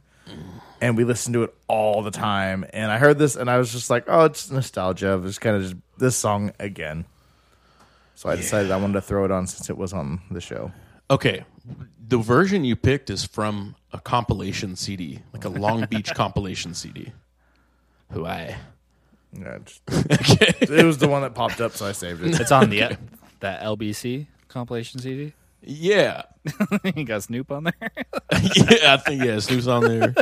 C: and we listened to it all the time. And I heard this, and I was just like, "Oh, it's nostalgia." It's kind of just this song again. So I decided I wanted to throw it on since it was on the show.
B: Okay, the version you picked is from a compilation CD, like
A: (laughs)
B: a Long Beach compilation CD. Who I
C: Yeah,
A: (laughs)
C: it just- it was the one that popped up, so I saved it.
A: it's (laughs) on (laughs) the e- that LBC compilation CD.
B: yeah
A: (laughs) you got Snoop on there.
B: (laughs) yeah I think yeah Snoop's on there.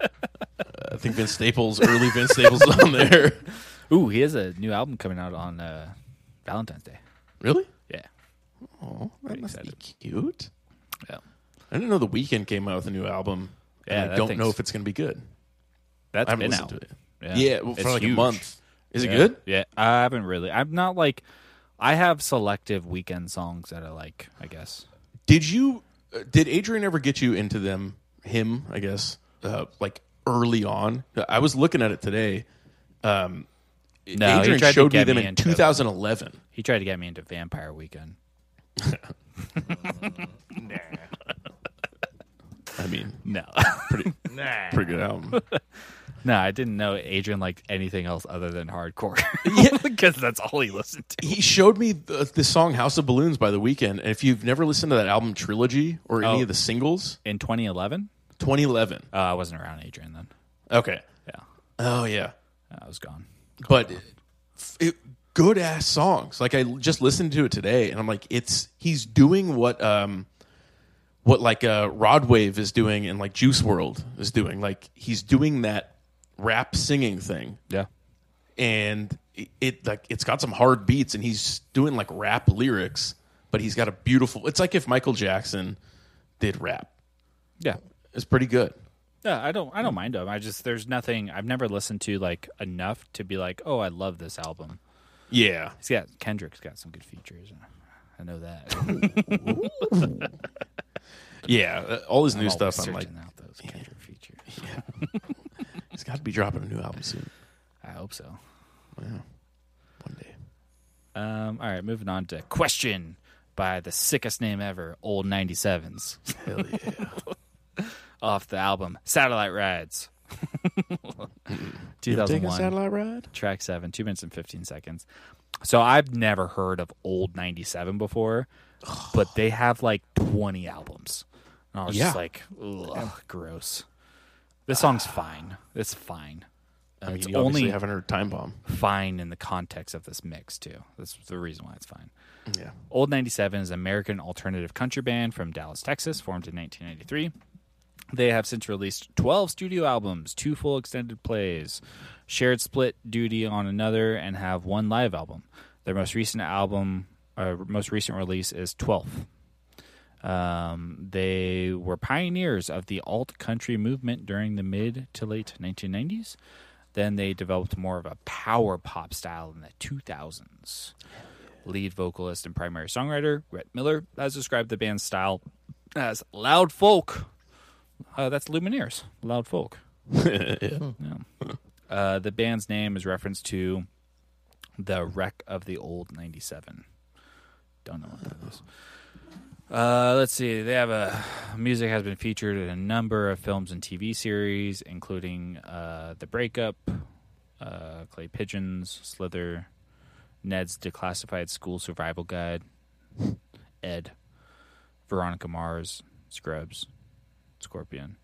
B: Uh, I think Vince Staples, early Vince Staples, is on
A: (laughs)
B: there.
A: Ooh, he has a new album coming out on uh, Valentine's Day.
B: Really?
A: Yeah,
B: Oh, that must be
A: excited.
B: cute.
A: yeah.
B: I didn't know the weekend came out with a new album.
A: Yeah,
B: and I
A: that
B: don't
A: thing's-
B: know if it's going to be good.
A: That's
B: I haven't
A: been
B: listened
A: out.
B: to it.
A: Yeah,
B: well, for
A: It's
B: like
A: huge.
B: a month. Is
A: Yeah.
B: it good?
A: Yeah, I haven't really. I'm not like. I have selective weekend songs that I like. I guess.
B: Did you? uh, Did Adrian ever get you into them? Him, I guess. Uh, like early on, I was looking at it today. Um,
A: No, he
B: Adrian
A: tried to
B: showed me
A: get
B: them
A: me
B: in
A: into it.
B: 2011.
A: He tried to get me into Vampire Weekend.
B: I mean,
A: (laughs) No,
B: pretty pretty good album. (laughs)
A: no, I didn't know Adrian liked anything else other than hardcore. Yeah, (laughs) because that's all he listened to.
B: he showed me the, the song "House of Balloons" by The Weeknd, and if you've never listened to that album trilogy or any
A: Oh.
B: of the singles,
A: In 2011,
B: 2011.
A: uh, I wasn't around Adrian then.
B: Okay.
A: Yeah,
B: Oh yeah.
A: I was gone.
B: but f- it, good ass songs. Like I l- just listened to it today, and I'm like, it's he's doing what um what like uh Rod Wave is doing and like Juice World is doing. Like he's doing that rap singing thing,
A: Yeah,
B: and it, it like it's got some hard beats, and he's doing like rap lyrics, but he's got a beautiful. It's like if Michael Jackson did rap.
A: yeah,
B: It's pretty good.
A: yeah. I don't, I don't mind him. I just there's nothing I've never listened to like enough to be like, oh, I love this album.
B: Yeah.
A: He's got Kendrick's got some good features. I know (laughs) that.
B: Yeah, uh, all his new
A: Always
B: stuff.
A: searching
B: I'm like,
A: out those Kendrick features.
B: he's got to be dropping a new album soon,
A: I hope so.
B: one day.
A: Um, all right, moving on to question by the sickest name ever, Old 97s.
B: Hell (laughs) yeah.
A: Off the album Satellite
B: (laughs)
A: Rides.
B: You ever take a
A: 2001,
B: satellite ride?
A: track 7, 2 minutes and 15 seconds. So I've never heard of Old 97 before, but they have like 20 albums. And I was just
B: Yeah.
A: like, ugh, gross. This song's fine. It's fine.
B: I mean,
A: it's
B: you obviously
A: only-
B: haven't heard Time Bomb.
A: Fine in the context of this mix, too. That's the reason why it's fine.
B: Yeah.
A: Old 97 is an American alternative country band from Dallas, Texas, formed in 1993. They have since released 12 studio albums, two full extended plays, shared split duty on another, and have one live album. Their most recent album, uh, most recent release is 12th. Um, they were pioneers of the alt country movement during the mid to late 1990s. Then they developed more of a power pop style in the 2000s lead vocalist and primary songwriter Rhett Miller has described the band's style as loud folk. Uh, that's Lumineers, loud folk. Yeah. Uh, the band's name is reference to the wreck of the old '97. Don't know what that is. Uh, let's see. They have a music has been featured in a number of films and TV series, including uh, The Breakup, uh, Clay Pigeons, Slither, Ned's Declassified School Survival Guide, Ed, Veronica Mars, Scrubs, Scorpion.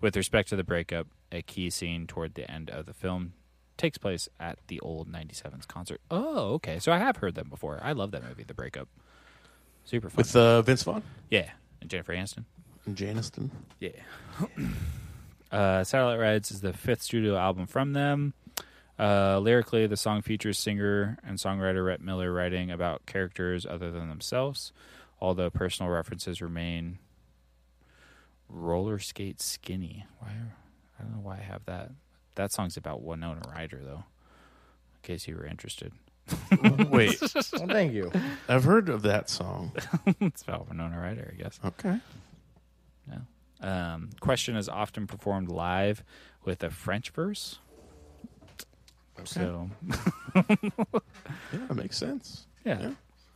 A: With respect to the breakup, a key scene toward the end of the film takes place at the old 97s concert. Oh, okay. So I have heard them before. I love that movie, The Breakup. Super fun.
B: With uh, Vince Vaughn
A: yeah. And Jennifer Aniston.
B: and Janiston.
A: Yeah. (clears throat) uh, Satellite Rides is the fifth studio album from them. Uh, lyrically, the song features singer and songwriter Rhett Miller writing about characters other than themselves, although personal references remain. Roller skate skinny. Why? I don't know why I have that. That song's about Winona Ryder, though. In case you were interested, (laughs)
B: Wait,
C: Well, thank you.
B: I've heard of that (laughs) song.
A: it's about Winona Ryder, I guess.
B: Okay.
A: Um, question is often performed live with a French verse. So
B: Yeah, that makes sense.
A: yeah,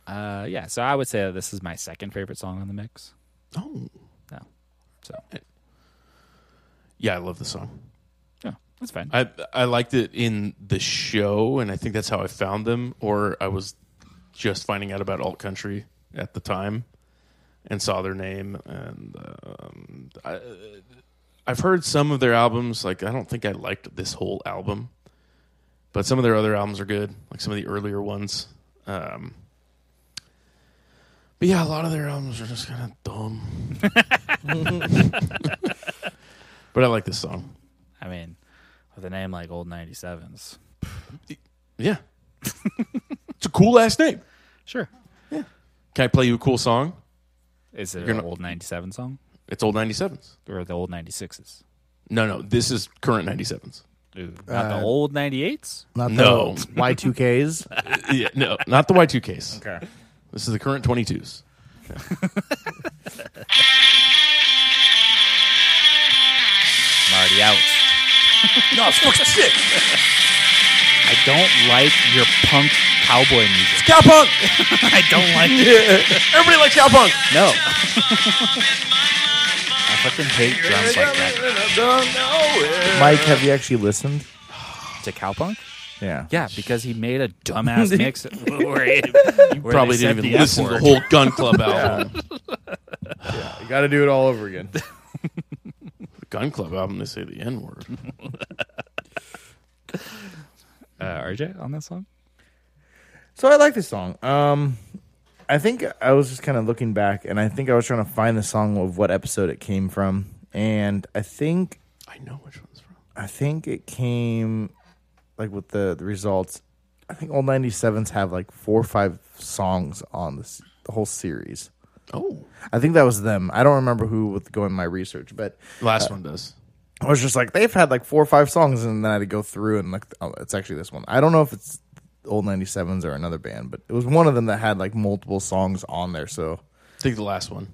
A: yeah. Uh, yeah. So I would say that this is my second favorite song on the mix.
B: Oh.
A: No, so
B: Yeah, I love the song.
A: yeah, that's fine.
B: I I liked it in the show, and I think that's how I found them. Or I was just finding out about alt country at the time, and saw their name, and um, I, I've heard some of their albums. Like I don't think I liked this whole album, but some of their other albums are good. Like some of the earlier ones. Um, but yeah, a lot of their albums are just kind of dumb. (laughs) but I like this song.
A: I mean, with a name like Old 97s.
B: Yeah. (laughs) it's a cool ass name.
A: Sure.
B: Can I play you a cool song?
A: Is it
B: You're
A: an
B: not-
A: Old 97 song
B: It's old 97s.
A: or the Old 96s?
B: No, no, this is current 97s.
A: Ooh, not
C: Uh,
A: the Old 98s?
C: (laughs) Not
B: No.
C: the Y2Ks.
B: yeah, no, not the Y2 case.
C: okay.
B: This is the current 22s.
A: I'm already (laughs) out.
B: No, it's fucking sick.
A: I don't like your punk cowboy music.
B: Cowpunk.
A: (laughs) I don't like it.
B: Everybody likes cowpunk.
A: No. (laughs) I fucking hate drums like that.
C: Mike, have you actually listened?
A: To cowpunk?
C: Yeah.
A: Yeah, because he made (laughs) a dumbass mix. (laughs) where he, where
B: Probably
A: they said
B: didn't
A: the
B: even
A: F
B: listen to the
A: word.
B: whole (laughs) Gun Club album.
C: Um, You got to do it all over again.
B: The Gun Club album, they say the N word.
A: Uh, RJ on that song?
C: So I like this song. Um, I think I was just kind of looking back, and I think I was trying to find the song of what episode it came from, and I think
B: I know which one's from.
C: I think it came like with the, the results. I think all ninety sevens have like four or five songs on this the whole series.
B: Oh.
C: I think that was them. I don't remember who with going my research, but
B: Last one does.
C: I was just like they've had like four or five songs, and then I had to go through and like oh, it's actually this one. I don't know if it's old ninety sevens or another band, but it was one of them that had like multiple songs on there. So
B: I think the last one.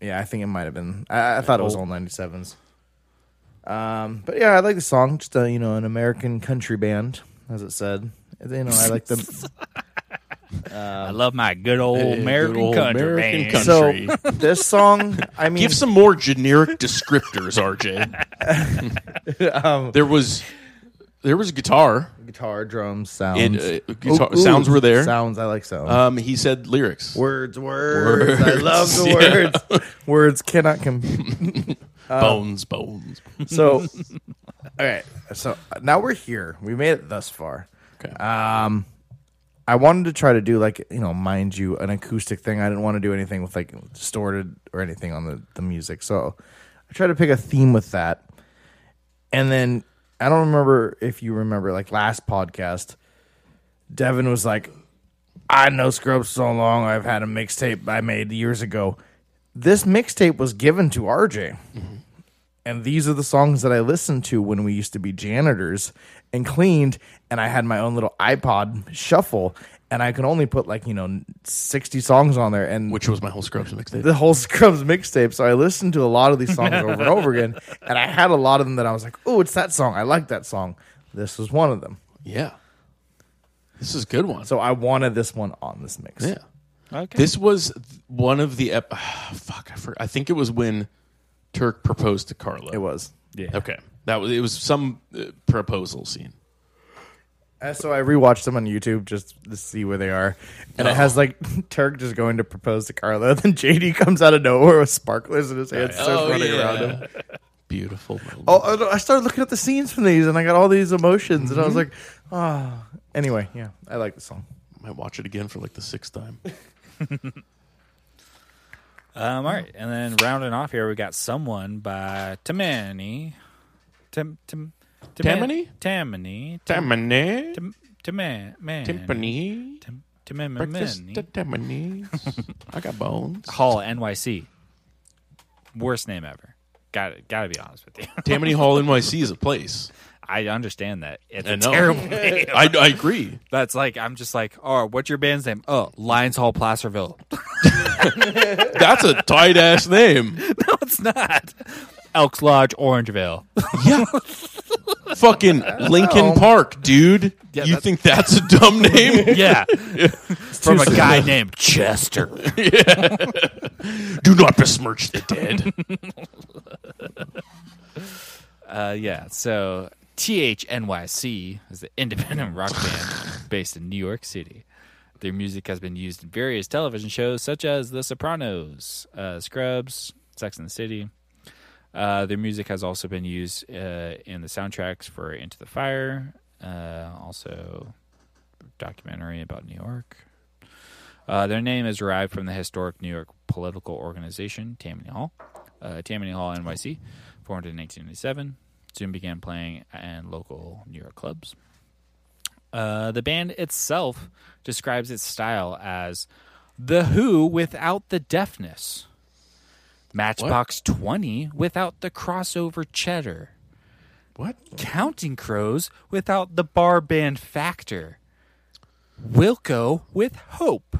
C: yeah, I think it might have been. I, I thought it was all ninety sevens. Um, but yeah, I like the song. Just a, you know, an American country band, as it said. You know, I like
B: (laughs)
C: them.
A: I love my good old
B: Hey, good
A: American
B: old
A: country band.
B: American country.
C: so this song, I mean,
B: Give some more generic descriptors,
A: (laughs)
B: RJ.
A: Um,
B: there was there was a guitar.
C: guitar, drums, sounds,
B: It, uh, guitar- sounds were there.
C: Sounds, I like sounds.
B: Um, he said lyrics.
C: Words, words, I
B: (laughs)
C: love the
B: Words,
C: words. Words cannot compute.
B: bones, bones.
C: So, all right. So now we're here. We made it thus far.
B: Okay.
C: Um, I wanted to try to do like you know, mind you, an acoustic thing. I didn't want to do anything with like distorted or anything on the the music. So I tried to pick a theme with that, and then I don't remember if you remember like last podcast. Devin was like, I know Scrubs so long. I've had a mixtape I made years ago. This mixtape was given to RJ. And these are the songs that I listened to when we used to be janitors and cleaned. And I had my own little iPod shuffle. And I could only put like, you know, 60 songs on there. And
B: which was my whole Scrubs mixtape.
C: the whole Scrubs mixtape. So I listened to a lot of
A: (laughs)
C: these songs over and over again. And I had a lot of them that I was like, oh, it's that song. I like that song. This was one of them.
B: Yeah, this is a good one.
C: So I wanted this one on this mix.
B: yeah,
A: Okay.
B: this was th- one of the ep- (sighs) fuck. I, for- I think it was when Turk proposed to Carla.
C: It was.
A: yeah.
B: Okay, that was it. Was some uh, proposal scene?
C: Uh, so I rewatched them on YouTube just to see where they are, and it has like (laughs) Turk just going to propose to Carla, (laughs) then JD comes out of nowhere with sparklers in his hand, starts
A: Oh,
C: running around him.
B: (laughs) Beautiful. moment.
C: Oh, I don't- I started looking at the scenes from these, and I got all these emotions, and I was like, ah. Anyway, yeah, I like the song.
B: might watch it again for like the sixth time.
A: Um, all right, and then rounding off here, we got someone by Tammany, Tim, Tim, Tammany, Tammany,
B: (laughs) Tammany,
A: Tim, Tammany,
B: timpani,
A: Tim,
B: breakfast
A: Tammany, (laughs)
B: at Tammany's. I got bones.
A: Hall, NYC. Worst name ever. Got got to be honest with you. (laughs)
B: Tammany Hall NYC is a place.
A: I understand that. It's
B: I
A: a
B: know.
A: terrible name.
B: (laughs) I, I agree.
A: That's like I'm just like, oh, what's your band's name? Oh, Lions Hall Placerville. (laughs)
B: That's a tight ass name.
A: no, it's not. Elks Lodge Orangeville. (laughs)
B: Yeah. Fucking Lincoln Park, dude.
A: Yeah,
B: you
A: that's-
B: think that's a (laughs) dumb name?
A: yeah, from a
C: too
A: guy named Chester.
B: Do not besmirch the dead.
A: Uh, yeah. So THNYC is the independent rock band based in New York City. Their music has been used in various television shows such as The Sopranos, uh, Scrubs, Sex and the City. Uh, their music has also been used uh, in the soundtracks for Into the Fire, uh, also a documentary about New York. Uh, their name is derived from the historic New York political organization Tammany Hall, uh, Tammany Hall NYC, formed in 1997. Soon began playing in local New York clubs. Uh, the band itself describes its style as the Who without the deafness, Matchbox 20 without the crossover cheddar,
B: (laughs) What?
A: Counting Crows without the bar band factor, Wilco with hope,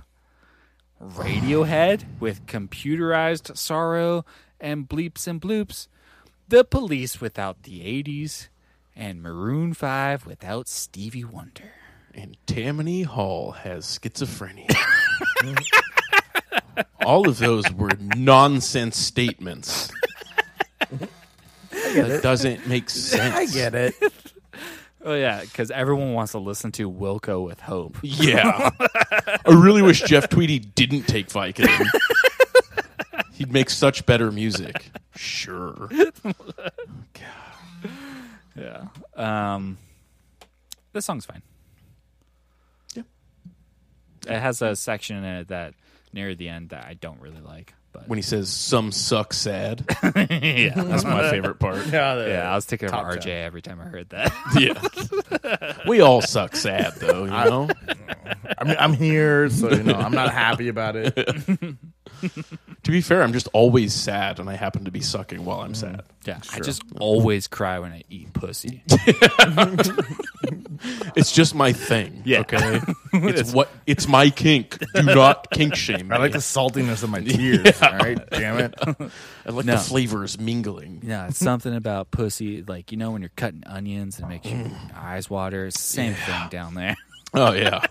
A: Radiohead with computerized sorrow and bleeps and bloops, The Police without the 80s, and Maroon 5 without Stevie Wonder.
B: And Tammany Hall has schizophrenia. (laughs) All of those were nonsense statements. That doesn't make sense.
C: I get it.
A: Oh, yeah, because everyone wants to listen to Wilco with hope.
B: Yeah. (laughs) I really wish Jeff Tweedy didn't take Vicodin. (laughs) He'd make such better music. Sure.
A: Yeah. Um, this song's fine.
B: Yeah.
A: It has a section in it that near the end that I don't really like. But
B: When he says some suck sad,
A: yeah,
B: that's
A: (laughs)
B: my favorite part.
A: yeah, I was thinking of
C: Top
A: RJ
C: ten.
A: every time I heard
B: (laughs)
A: that.
B: Yeah. We all suck sad though, you know?
C: I mean, I'm here, so you know, I'm not happy about (laughs) it.
B: to be fair, I'm just always sad and I happen to be sucking while I'm sad.
A: Yeah, I just always cry when I eat (laughs) pussy.
B: It's just my thing.
A: Yeah.
B: Okay. It's what it's my kink. Do not kink shame. Me.
C: I like the saltiness of my tears. All right, damn it.
B: I like
A: No.
B: the flavors mingling.
A: No, it's something about pussy. Like you know when you're cutting onions and it makes
B: (sighs)
A: your eyes water. It's the same thing down
B: (laughs)
A: there.
B: Oh yeah.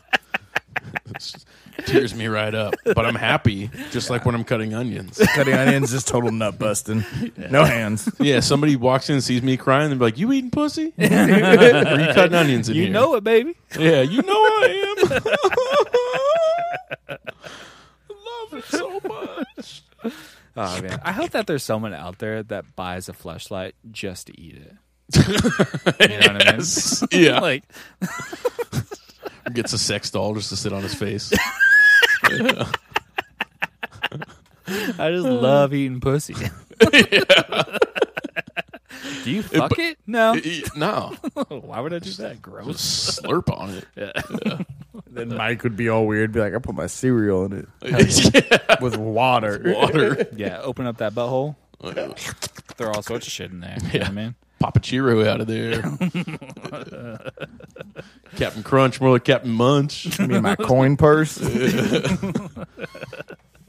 B: Tears me right up, but I'm happy, just like when I'm cutting onions.
C: Cutting onions, just total nut busting. No hands.
B: Yeah, somebody walks in and sees me crying, and be like, "You eating pussy? Or you cutting onions in
A: You
B: here?"
A: know it,
B: (laughs)
A: baby.
B: yeah, you know Oh, I am.
A: (laughs)
B: Love it so much.
A: Oh man, I hope that there's someone out there that buys a fleshlight just to eat it. You know what I mean?
B: Yeah,
A: like
B: gets a sex doll just to sit on his (laughs) face.
A: I just love eating (laughs) pussy. do you fuck it? No.
B: no,
A: Why would I do that? Gross.
B: slurp on it.
C: Then Mike would be all weird, be like, I put my cereal in
B: (laughs)
C: it (laughs) with water.
B: Water.
A: Yeah, open up that (laughs) butthole. Throw all sorts of shit in there. You know what I mean?
B: Pop a Chiro out of there. Captain Crunch, more like Captain Munch.
C: Me and my coin purse.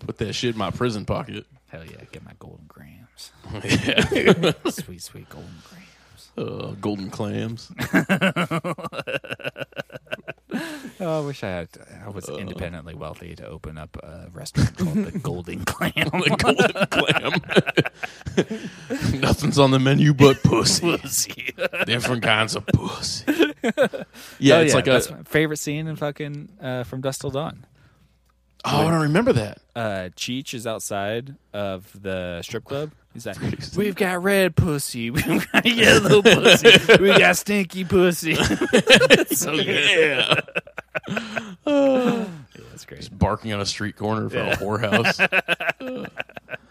B: Put that shit in my prison pocket.
A: Hell yeah, get my golden grams.
B: Yeah.
A: (laughs) sweet, sweet golden grams.
B: Uh, golden clams.
A: Oh, I wish I had. I was independently wealthy to open up a restaurant called (laughs) the Golden Clam.
B: (laughs) the golden clam. (laughs) Nothing's on the menu
A: (laughs)
B: but pussy.
A: Pussy.
B: Different kinds of
A: (laughs)
B: pussy. Yeah,
A: Oh,
B: it's like a.
A: that's my favorite scene in fucking uh, from Dust Till Dawn.
B: Oh, I don't remember that.
A: uh, Cheech is outside of the strip club. He's like, "We've got red pussy, (laughs) we've got yellow pussy, we got stinky pussy." (laughs) It's so good.
B: Yeah.
A: (sighs) Yeah, that's great.
B: Barking on a street corner from a whorehouse.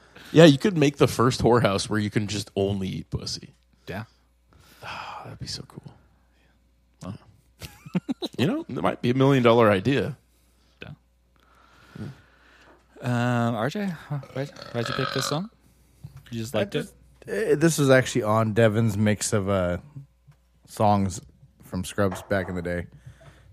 A: (laughs)
B: yeah, you could make the first whorehouse where you can just only eat pussy.
A: Yeah,
B: Oh, that'd be so cool. (laughs) you know, that might be a million dollar idea.
A: yeah. Um, RJ, why'd, why'd you pick this song? You just liked
C: (laughs) just-
A: it.
C: eh, this was actually on Devin's mix of uh, songs from Scrubs back in the day.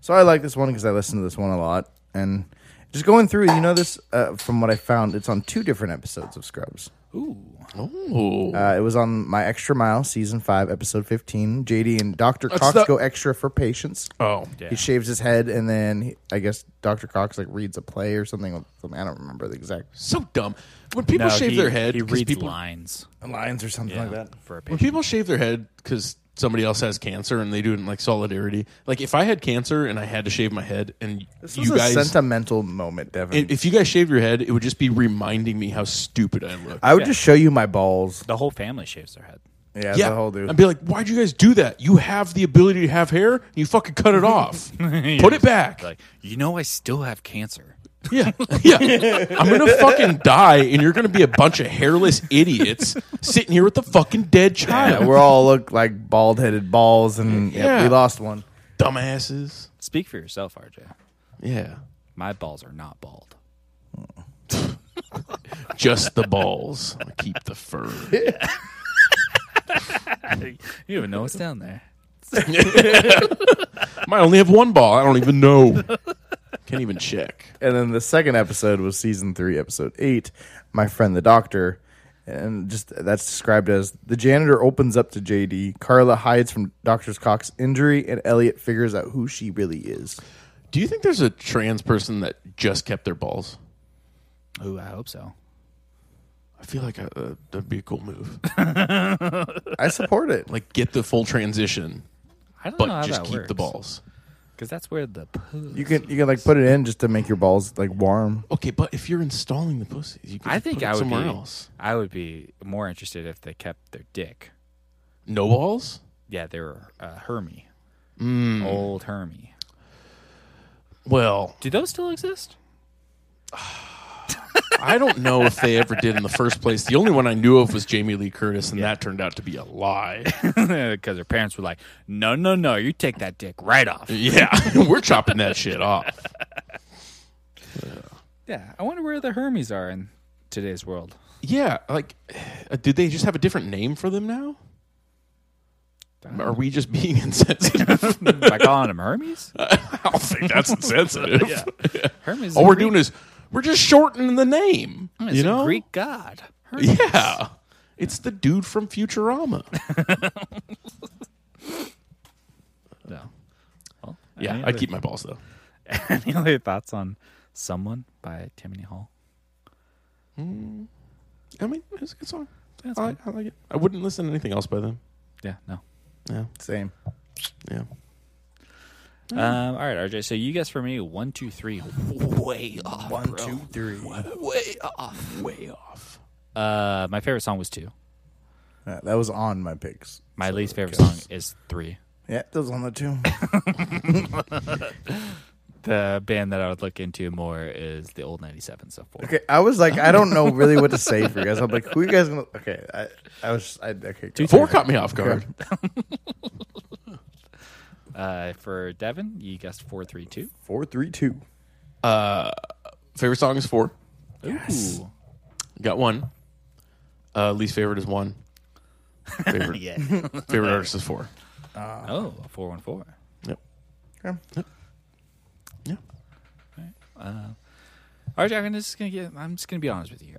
C: So I like this one because I listened to this one a lot. And just going through, you know, this uh, from what I found, it's on two different episodes of Scrubs.
A: Ooh.
B: Oh,
C: Uh, it was on my Extra Mile, season five, episode fifteen. JD and Doctor Cox
B: the-
C: go extra for patience.
B: oh,
A: Yeah.
C: He shaves his head, and then he, I guess Doctor Cox like reads a play or something. with some- I don't remember the exact
B: so dumb. When people shave
A: he,
B: their head,
A: He
B: 'cause
A: reads
B: people,
A: lines
C: lines or something like that.
A: for a
B: when
A: patient.
B: people shave their head because somebody else has cancer and they do it in like solidarity. Like if I had cancer and I had to shave my head, and
C: This was
B: you
C: a
B: guys,
C: sentimental moment, Devin.
B: if you guys shaved your head, it would just be reminding me how stupid I look.
C: I would just show you my balls.
A: The whole family shaves their head.
C: Yeah,
B: yeah,
C: the whole dude.
B: I'd be like, "Why'd you guys do that? You have the ability to have hair. You fucking cut it off. Put it back.
A: Like, you know, I still have cancer.
B: Yeah, yeah. I'm gonna fucking die, and you're gonna be a bunch of hairless idiots sitting here with a fucking dead
C: yeah,
B: child,
C: we're all look like bald headed balls, and yeah.
B: Yeah.
C: we lost one.
B: dumbasses.
A: Speak for yourself, RJ.
B: Yeah,
A: My balls are not bald.
B: just the balls. I'm gonna keep the fur.
A: You don't even know what's down there.
B: Might only have one ball. I don't
A: (laughs)
B: even know. Can't even check.
C: And then the second episode was season three, episode eight. My friend, the doctor, and just that's described as the janitor opens up to JD. Carla hides from Doctor Cox's injury, and Elliot figures out who she really is.
B: Do you think there's a trans person that just kept their balls?
A: Ooh, I hope so.
B: I feel like I, uh, that'd be a cool
A: (laughs)
B: move.
C: I support it.
B: Like get the full transition,
A: I don't know
B: but
A: how
B: just
A: that
B: keep
A: works.
B: the balls.
A: because that's where the poo.
C: You can you can like put it in just to make your balls like warm.
B: Okay, but if you're installing the pussy, you can
A: I think
B: put it
A: I would
B: somewhere
A: be.
B: else.
A: I would be more interested if they kept their dick.
B: No balls.
A: Yeah, they were uh, Hermy,
B: Mm.
A: old Hermy.
B: Well,
A: Do those still (laughs) exist?
B: I don't know if they ever did in the first place. The only one I knew of was Jamie Lee Curtis, and that turned out to be
A: (laughs)
B: a lie. (laughs)
A: Because their parents were like, "No, no, no! You take that dick right off."
B: Yeah, (laughs) we're chopping that shit off.
A: Yeah, I wonder where the Hermes are in today's world. (laughs)
B: Yeah, like, (sighs) uh, did they just have a different name for them now? Are we just being (laughs) insensitive?
A: By calling them Hermes?
B: I don't think that's insensitive.
A: Hermes.
B: All Oh, we're doing is we're just shortening the name. you know,
A: Greek god. Hermes.
B: Yeah, it's the dude from Futurama.
A: No. Well,
B: (laughs) Yeah,
A: any
B: I'd
A: other-
B: keep my balls though.
A: (laughs) Any other thoughts on "Someone" by Tammany Hall?
B: I mean, it's a good song.
A: That's
B: I, like- I like it. I wouldn't listen to anything else by them.
A: Yeah, no.
B: Yeah,
C: Same.
B: yeah.
A: Um, all right, RJ. So you guess for me, one, two, three, way off.
C: One, two, three.
B: Way off. Way off.
A: Uh, my favorite song was two.
C: Uh, that was on my picks.
A: My least favorite song is three.
C: Yeah, that was on the two.
A: The band that I would look into more is the old 97, so four.
C: Okay, I was like, I don't know really what to say for you guys. I'm like, who are you guys gonna? Okay, I, I was, I okay. go.
B: Four caught me off guard.
A: Uh, for Devin, you guessed four, three, two.
C: Four, three, two.
B: Favorite song is four.
A: Yes.
B: Got one. Uh, least favorite is
A: (laughs)
B: one. Favorite,
A: Yeah. (laughs)
B: favorite artist is four.
A: oh, a 414.
B: Yep.
C: Okay.
B: Yeah.
A: RJ, I'm just gonna get. I'm just gonna be honest with you.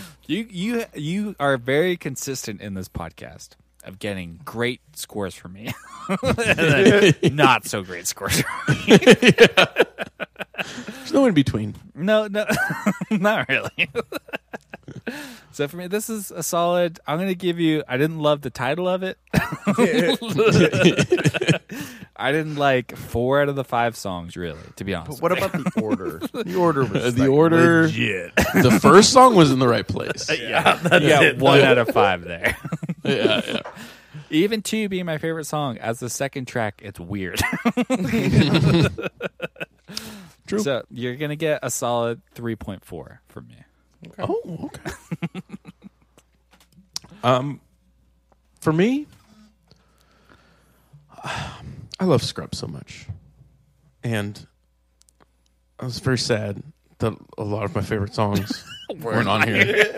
A: (laughs) you you you are very consistent in this podcast of getting great scores from me, (laughs) And then not so great scores. (laughs)
B: There's no in between.
A: no, (laughs) no, not really. (laughs) so for me, this is a solid. I'm gonna give you. I didn't love the title of it. (laughs) I didn't like four out of the five songs, really. To be honest,
C: What
B: (laughs)
C: about the order? The order was
B: the
C: like,
B: order.
C: legit.
B: (laughs) The first song was in the right
C: (laughs)
B: place.
A: you got one out of five there.
B: Yeah,
C: (laughs)
B: yeah.
A: Even two being my favorite song as the second track, it's (laughs) weird.
B: True.
A: So you're gonna get a solid three point four from me.
B: Oh, okay. um, for me, I love Scrubs so much, and I was very
C: (laughs)
B: sad that a lot of my favorite songs weren't on here.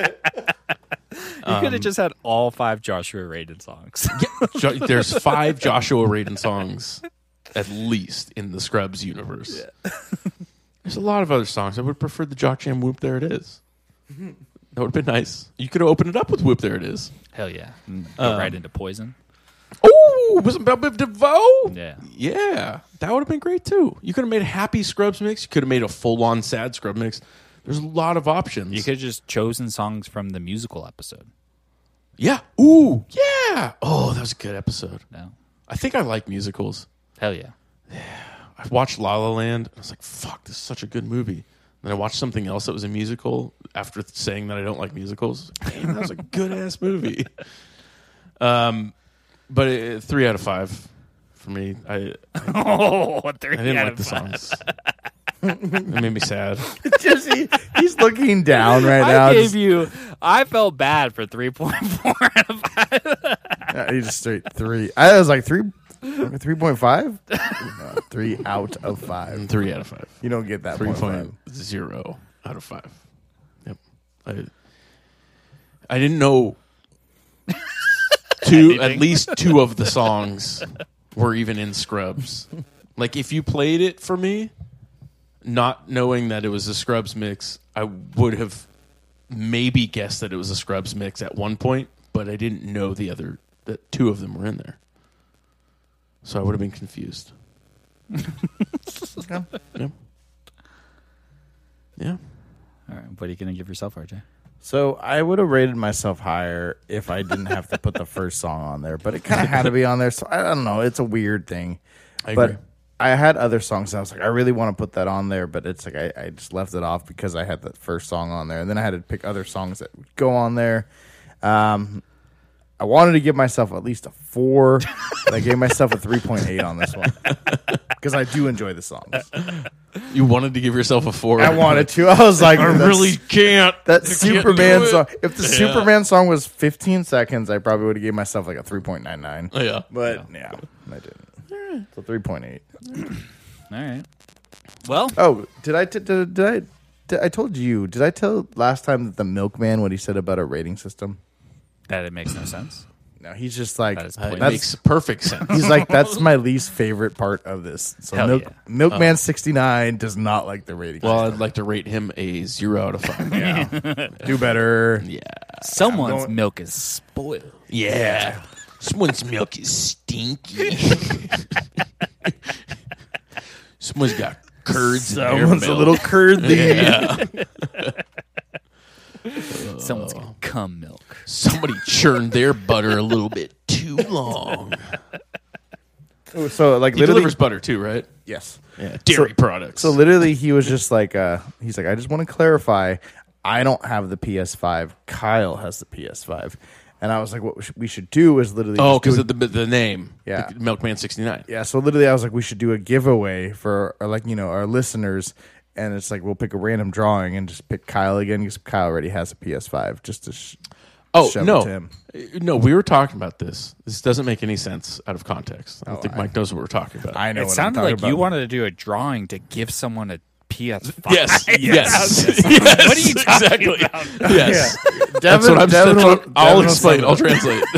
A: You could have just had all five Joshua Radin songs. (laughs)
B: Jo- there's five Joshua Radin songs at least in the Scrubs universe. there's a lot of other songs. I would prefer the Jock Jam Whoop There It Is. That would have been nice. You could have opened it up with Whoop There It Is.
A: Hell yeah, Mm, go right into Poison.
B: Oh, was it Bell Biv DeVoe?
A: Yeah.
B: Yeah. That would have been great too. You could have made a happy Scrubs mix. You could have made a full on sad Scrub mix. There's a lot of options.
A: You could have just chosen songs from the musical episode.
B: yeah. Ooh. Yeah. Oh, that was a good episode.
A: No,
B: I think I like musicals.
A: hell yeah.
B: I watched La La Land and I was like, fuck, this is such a good movie. And then I watched something else that was a musical after saying that I don't like musicals. Damn, that was a good ass movie. Um, but it, three out of five for me. I,
A: (laughs) Oh, three
B: I didn't like the songs. (laughs) it made me sad.
C: Just, he- he's looking down
B: (laughs)
C: right now.
A: I gave
C: Just,
A: you. I felt bad for three point four out of five.
C: uh, he just straight three. I was like three, three point five, (laughs) three out of five.
B: Three out of five.
C: You don't get that
B: Three
C: point
B: point
C: five.
B: zero out of five. Yep. I, I didn't (laughs) know two at
A: Anything.
B: least two of the songs were even in Scrubs. Like if you played it for me, not knowing that it was a Scrubs mix, I would have maybe guessed that it was a Scrubs mix at one point, but I didn't know the other that two of them were in there. So I would have been confused.
C: Okay.
B: Yeah. Yeah.
A: All right, what are you gonna give yourself, RJ?
C: So I would have rated myself higher if I didn't have to
B: (laughs)
C: put the first song on there, but it kind of had to be on there. So I don't know. It's a weird thing.
B: I
C: but
B: agree.
C: I had other songs. And I was like, I really want to put that on there, but it's like I, I just left it off because I had that first song on there, and then I had to pick other songs that would go on there. Um, I wanted to give myself at least a four, but I gave myself a three point eight on this
B: (laughs)
C: one because I do enjoy the songs.
B: You wanted to give yourself a four.
C: I wanted to. I was like,
B: I
C: "That's-
B: really can't. (laughs)
C: that
B: I can't
C: Superman
B: do it.
C: song. If the
B: Yeah.
C: Superman song was 15 seconds, I probably would have gave myself like a
B: (laughs)
C: 3.99.
B: Yeah.
C: But yeah, I didn't. So 3.8.
A: All right. Well,
C: Oh, did I t- did, did I did, I told you? Did I tell last time that the milkman what he said about our rating system?
A: that it makes no sense.
C: No, he's just like
A: That is
B: It
A: That's-
B: makes perfect (laughs) sense.
C: he's like that's my least favorite part of this. So
A: Hell
C: milk,
A: yeah.
C: milkman 69 does not like the rating.
B: Oh. well,
C: Well,
B: I'd like to rate him a zero out of five.
C: (laughs) do
B: (laughs)
C: better.
B: yeah.
A: Someone's
C: going-
A: milk is spoiled.
B: Yeah. Someone's milk is stinky. (laughs) Someone's got curds. in their
C: Someone's a
B: milk.
C: little curdy.
B: (laughs) Yeah.
A: Someone's gonna cum milk.
B: Somebody churned their butter a little bit too
C: (laughs)
B: long.
C: So like
B: He
C: literally
B: delivers butter too, right?
C: yes.
B: Yeah. Dairy products.
C: So literally, he was just like, uh, he's like, I just want to clarify, I don't have the PS5. Kyle has the PS5, and I was like, what we should- we should do is literally,
B: oh,
C: just do
B: because
C: a-
B: of the the name.
C: Yeah.
B: The Milkman sixty nine.
C: yeah. So literally, I was like, we should do a giveaway for our, like you know our listeners, and it's like we'll pick a random drawing and just pick Kyle again because Kyle already has a PS5. Just to sh-
B: Oh
C: shove
B: no,
C: it to him.
B: Uh, no, we were talking about this. This doesn't make any sense out of context.
C: Oh,
B: I don't think Mike knows what we're talking about.
C: I know.
A: It
C: what I'm
A: sounded
C: talking
A: like you
C: about.
A: wanted to do a drawing to give someone a PS5. (laughs)
B: (laughs) yes, yes, (laughs) yes.
A: What are you talking
B: exactly?
A: about?
B: Yes,
C: Devin,
B: that's what I'm.
C: Devin
B: that's what-
C: will-
B: I'll
C: Devin will
B: explain.
C: sum
B: I'll
C: it up.
B: translate.
C: (laughs)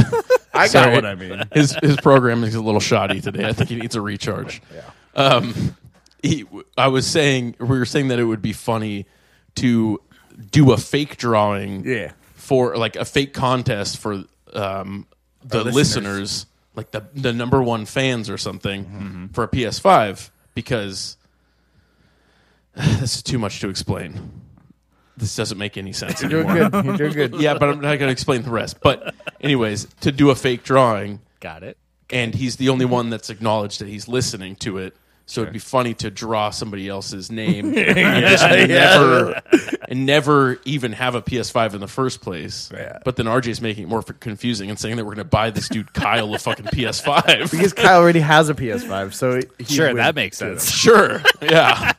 C: I got
B: Sorry.
C: what
A: (laughs)
C: I mean.
B: (laughs) His his program is a little shoddy today. I think he needs a recharge. Yeah. Um, he, I was saying we were saying that it would be funny to do a fake drawing.
C: Yeah.
B: For like a fake contest for um, the listeners. like the the number one fans or something,
C: Mm-hmm.
B: for a PS5 because (sighs) this is too much to explain. This doesn't make any sense.
C: (laughs) You're
B: anymore
C: doing good. You're
A: (laughs)
C: doing good.
B: yeah, but I'm not going to explain the rest. But anyways, to do a fake drawing,
A: Got it.
B: and he's the only one that's acknowledged that he's listening to it. So it'd be funny to draw somebody else's
C: (laughs)
B: name and, just never, and never even have a PS5 in the first place.
C: Yeah.
B: But then RJ's making it more f- confusing and saying that we're going to buy this dude Kyle a fucking PS5.
C: Because Kyle already has a PS5, so he
A: Sure,
C: would
A: that makes
C: do
A: sense.
B: (laughs) sure,
C: (laughs)
B: yeah.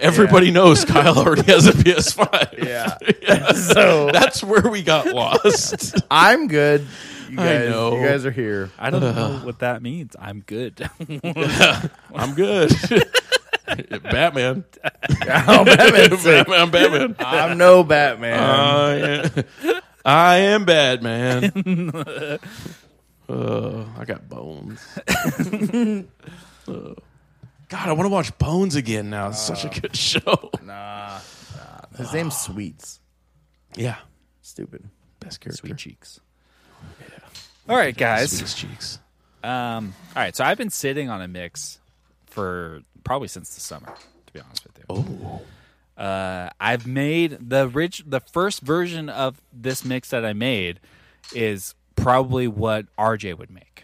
B: Everybody knows Kyle already has a PS5.
C: (laughs)
A: (laughs)
C: Yeah. so
B: That's where we got
C: (laughs)
B: lost.
C: I'm good. You guys,
B: know.
C: you guys are here.
A: I don't know what that means. I'm good. (laughs)
B: I'm good. (laughs) Batman.
C: (laughs) I'm Batman.
B: (laughs) Batman, Batman. Uh-huh.
C: I'm no Batman.
B: Uh, yeah. I am Batman. (laughs) uh, I got bones. Uh, God, I want to watch Bones again now. It's such a good (laughs) show.
C: Nah, nah. His name's Sweets.
B: Yeah.
C: Stupid.
B: Best character.
A: Sweet cheeks. All right, guys.
B: Sweetest cheeks.
A: Um, all right, so I've been sitting on a mix for probably since the summer, to be honest with you.
B: Oh.
A: Uh, I've made the rich the first version of this mix that I made is probably what RJ would make.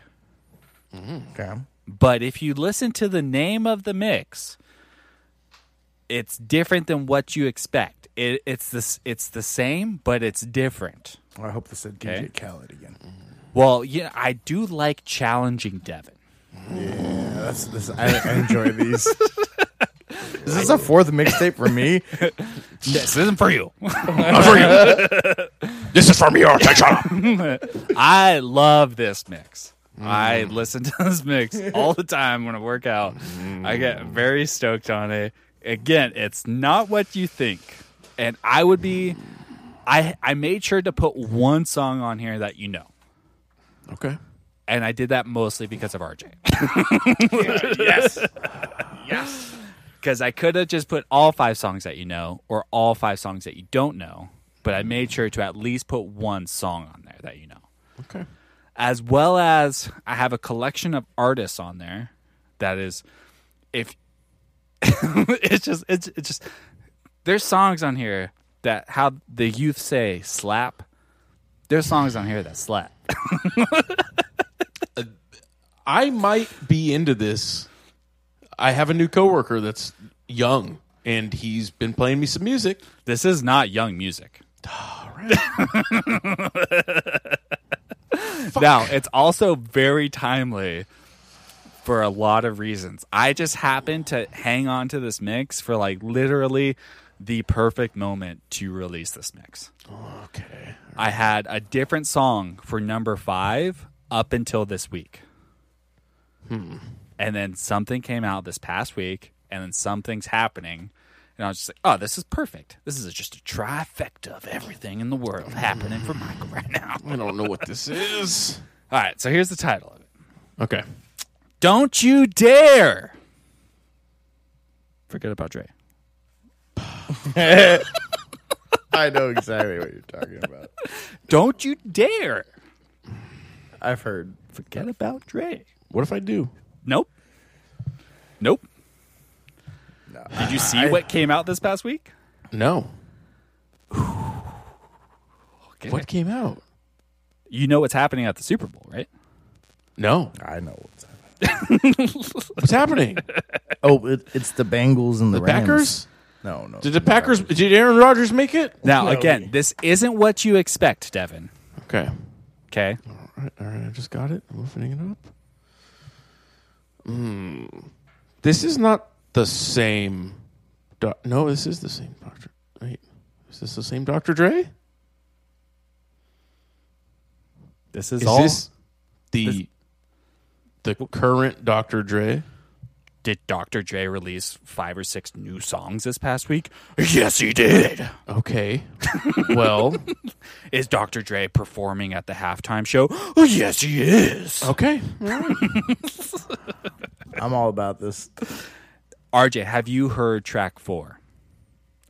C: Okay.
A: But if you listen to the name of the mix, it's different than what you expect. It, it's this it's the same, but it's different.
C: Well, I hope this said
A: Okay.
C: DJ Khaled again.
A: Well, yeah, I do like challenging Devin.
C: Yeah, that's, this, I, I enjoy these. Is this a fourth mixtape for me?
A: This isn't for you.
B: This is from your attention.
A: (laughs) I love this mix. I listen to this mix all the time when I work out. I get very stoked on it. Again, it's not what you think. And I would be I I made sure to put one song on here that you know.
B: okay.
A: And I did that mostly because of RJ.
B: Yes.
A: Because I could have just put all five songs that you know or all five songs that you don't know, but I made sure to at least put one song on there that you know.
B: Okay.
A: as well as I have a collection of artists on there that is if (laughs) it's just it's it's just there's songs on here that how the youth say slap. There's songs on here that slap.
B: I might be into this. I have a new coworker that's young, and he's been playing me some music.
A: This is not young music. (laughs) now, it's also very timely for a lot of reasons. I just happened to hang on to this mix for like literally the perfect moment to release this mix.
B: Okay.
A: I had a different song for number five up until this week. And then something came out this past week, and then something's happening. And I was just like, oh, this is perfect. This is just a trifecta of everything in the world happening for Michael right now.
B: I don't know what this is.
A: All right, so here's the title of it
B: Okay.
A: Don't You Dare. Forget about Dre.
C: I know exactly what you're talking about.
A: Don't You Dare.
C: I've heard.
A: Forget about Dre.
B: What if I do?
A: Nope. Nope.
C: No.
A: Did you see what came out this past week?
B: No.
A: Okay.
B: What came out?
A: you know what's happening at the Super Bowl, right?
B: No.
C: I know what's happening.
B: What's (laughs) happening?
C: Oh, it, it's the Bengals and the,
B: The
C: Rams.
B: Packers?
C: No, no.
B: Did the Packers? Did Aaron Rodgers make it?
A: Now,
C: No.
A: again, this isn't what you expect, Devin.
B: Okay.
A: Okay.
B: All right. All right. I just got it. I'm opening it up. Hmm. This is not the same. doc- no, this is the same Doctor. Wait, is this the same Doctor Dre?
A: This is,
B: Is
A: all.
B: this the the current Doctor Dre?
A: Did Dr. J release five or six new songs this past week? Yes, he did.
B: Okay. (laughs) well.
A: Is Dr. Dre performing at the halftime show? (gasps) Oh, yes, he is.
B: Okay.
C: I'm all about this.
A: RJ, have you heard track four?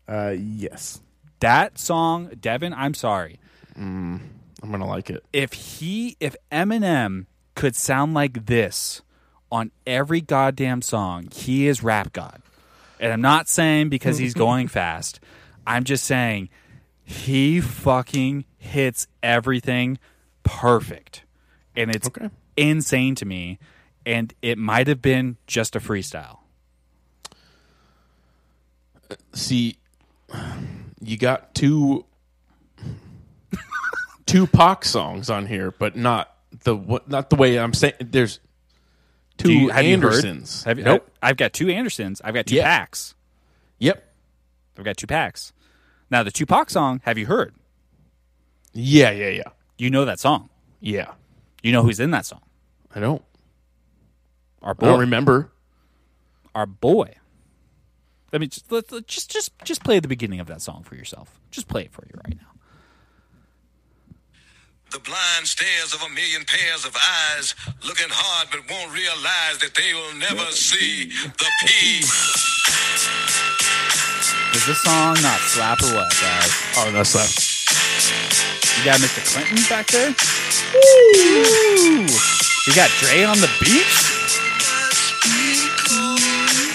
C: Uh, yes.
A: That song, Devin, I'm sorry.
B: I'm gonna like it.
A: if he if Eminem could sound like this on every goddamn song, he is rap god. And I'm not saying because
B: (laughs)
A: he's going fast. I'm just saying he fucking hits everything perfect. And it's
B: Okay.
A: insane to me and it might have been just a freestyle.
B: See, you got two two Pac songs on here, but not the what not the way I'm saying. There's two
A: Do you- have you heard?
B: Andersons.
A: Have you,
B: nope.
A: I've got two Andersons, I've got two
B: Yeah.
A: Packs.
B: Yep.
A: I've got two Packs. Now the Tupac song, have you heard?
B: Yeah. Yeah. Yeah.
A: You know that song.
B: Yeah.
A: You know who's in that song?
B: I don't.
A: Our boy.
B: I don't remember.
A: our boy. I mean, just, let, let- just just just play the beginning of that song for yourself. Just play it for you right now.
D: The blind stares of a million pairs of eyes, looking hard but won't realize that they will never see the peace.
A: Does this song not slap or what, guys?
B: Oh, that's that.
A: You got Mr. Clinton back there? Woo! You got Dre on the beach?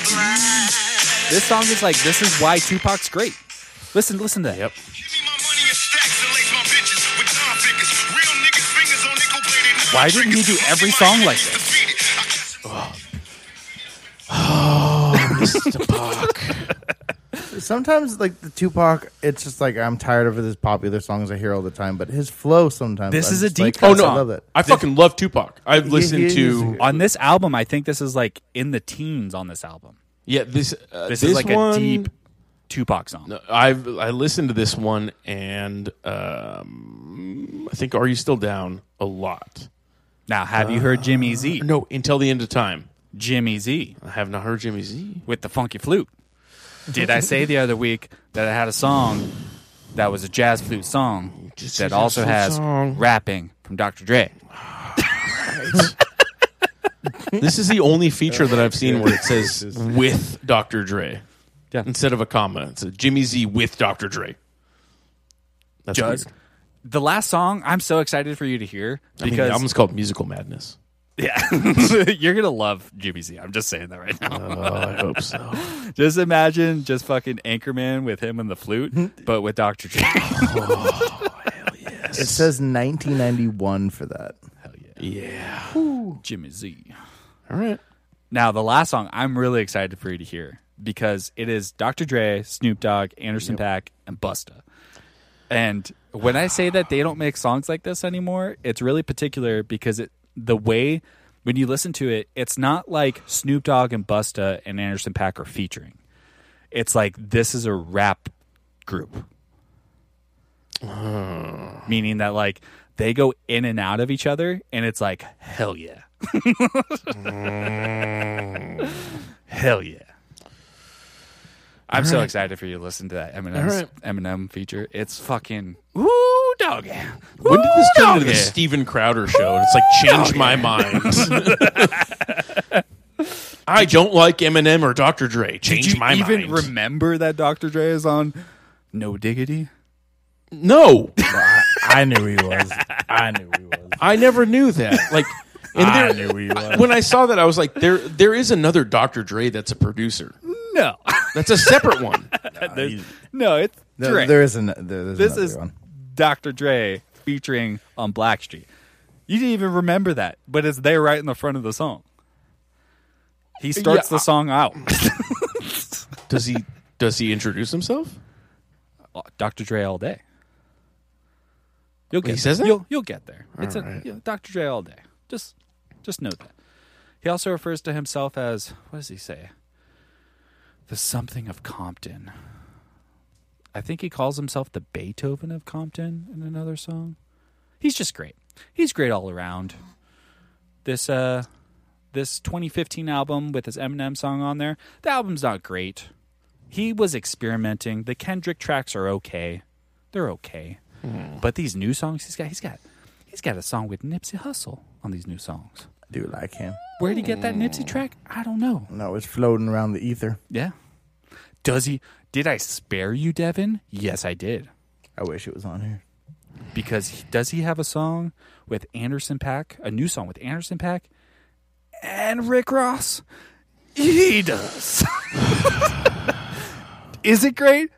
A: This song is like, this is why Tupac's great. Listen, listen to that.
B: Yep.
D: Give me my money in stacks and lace my bitches with dime figures. Real niggas fingers on nickel plated.
A: Why didn't he do every song like this?
C: Sometimes like the Tupac, it's just like I'm tired of his popular songs I hear all the time, but his flow sometimes.
A: This
C: I'm
A: is a
C: just
A: deep
C: like,
A: cut
B: (laughs) Oh
C: I
B: no,
C: love it.
B: I fucking love Tupac. I've listened
C: he
B: to
C: is-
A: On this album, I think this is like in the teens on this album.
B: yeah this uh,
A: This,
B: this,
A: is like
B: one,
A: a deep Tupac song.
B: I've I listened to this one and um, I think "Are You Still Down" a lot.
A: Now, have you heard Jimmy Z?
B: Uh, No, until the end of time.
A: Jimmy Z
B: I have not heard Jimmy Z.
A: with the funky flute. Did I say the other week that I had a song that was a jazz flute song
B: Just a
A: that
B: jazz
A: also
B: flute
A: has
B: song.
A: rapping from Dr. Dre?
B: This is the only feature that I've seen where it says with Dr. Dre
A: Yeah.
B: instead of a comma. It's a Jimmy Z with Dr. Dre. That's
A: Just
B: weird.
A: the last song I'm so excited for you to hear
B: I mean, the
A: because
B: album's called Musical Madness.
A: (laughs)
B: (laughs)
A: yeah, you're gonna love Jimmy Z. I'm just saying that right now.
B: Oh, I hope so.
A: Just imagine just fucking Anchorman with him and the
B: Hmm?
A: flute, but with Dr.
B: (laughs)
A: Dre.
C: It says 1991 for that.
B: (laughs) Yeah.
A: Jimmy Z.
B: All right.
A: Now, the last song I'm really excited for you to hear because it is Dr. Dre, Snoop Dogg, Anderson Paak, and Busta. And when I say that they don't make songs like this anymore, it's really particular because it the way when you listen to it, it's not like Snoop Dogg and Busta and Anderson Paak are featuring. It's like this is a rap group. Meaning that like they go in and out of each other and it's like hell yeah. (laughs) Hell yeah. I'm so excited for you to listen to that Eminem's
B: All right.
A: Eminem feature. It's fucking woo doggy.
B: When did this turn into the
A: doggy.
B: Steven Crowder show? And it's like, change my mind. (laughs) I don't like Eminem or Dr. Dre.
A: Did
B: Change
A: you
B: my
A: even
B: mind.
A: remember that Dr. Dre is on No Diggity?
B: no,
E: I knew he was. I knew he was.
B: I never knew that. Like, and
E: I
B: there,
E: knew he was.
B: when I saw that, I was like, there, there is another Dr. Dre that's a producer.
A: No, (laughs)
B: That's a separate one.
A: There's- no, it's
C: No,
A: Dre.
C: there is an, there, there's
A: this
C: another
A: is
C: one.
A: Dr. Dre featuring on Blackstreet. You didn't even remember that, but it's there right in the front of the song. He starts
B: Yeah,
A: the song out.
B: Does he? Does he introduce himself?
A: Dr. uh, Dre all day. You'll get
B: He says
A: there.
B: that?
A: You'll, you'll get there. It's a,
B: right.
A: you know, Dr. Dre all day. Just just note that. He also refers to himself as what does he say? The something of Compton. I think he calls himself the Beethoven of Compton in another song. He's just great. He's great all around. This uh this 2015 album with his Eminem song on there. The album's not great. He was experimenting. The Kendrick tracks are okay. They're okay. But these new songs he's got he's got he's got a song with Nipsey Hussle on these new songs.
C: Dude, I can.
A: Where'd he get that Nipsey track? I don't know.
C: No, it's floating around the ether.
A: Yeah. Does he did I spare you, Devin? Yes, I did.
C: I wish it was on here.
A: Because he- does he have a song with Anderson Pack? A new song with Anderson Pack and Rick Ross? He does. (laughs) Is it great?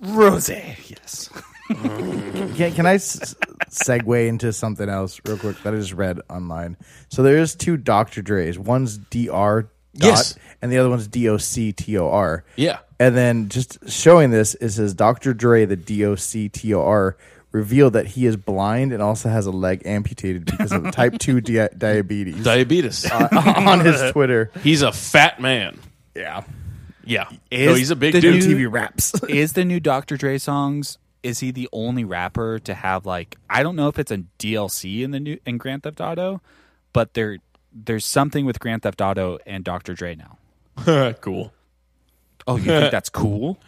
A: Rose, yes.
C: Can, can I s- segue into something else real quick that I just read online? So there's two Dr. Dre's. One's Dr. Dot,
B: Yes.
C: and the other one's D O C T O R.
B: Yeah.
C: And then just showing this, it says Dr. Dre, the D O C T O R, revealed that he is blind and also has a leg amputated because of type (laughs) 2 di- diabetes
B: Diabetes.
C: (laughs)
A: Uh,
C: on his Twitter.
B: he's a fat man.
C: Yeah.
B: Yeah. no, Oh, he's a big
A: the
B: dude.
A: new-
C: TV
B: (laughs)
C: raps.
A: is the new Dr. Dre songs? Is he the only rapper to have like I don't know if it's a DLC in the new in Grand Theft Auto, but there there's something with Grand Theft Auto and Dr. Dre now.
B: (laughs) cool. (laughs)
A: Oh, you think that's cool?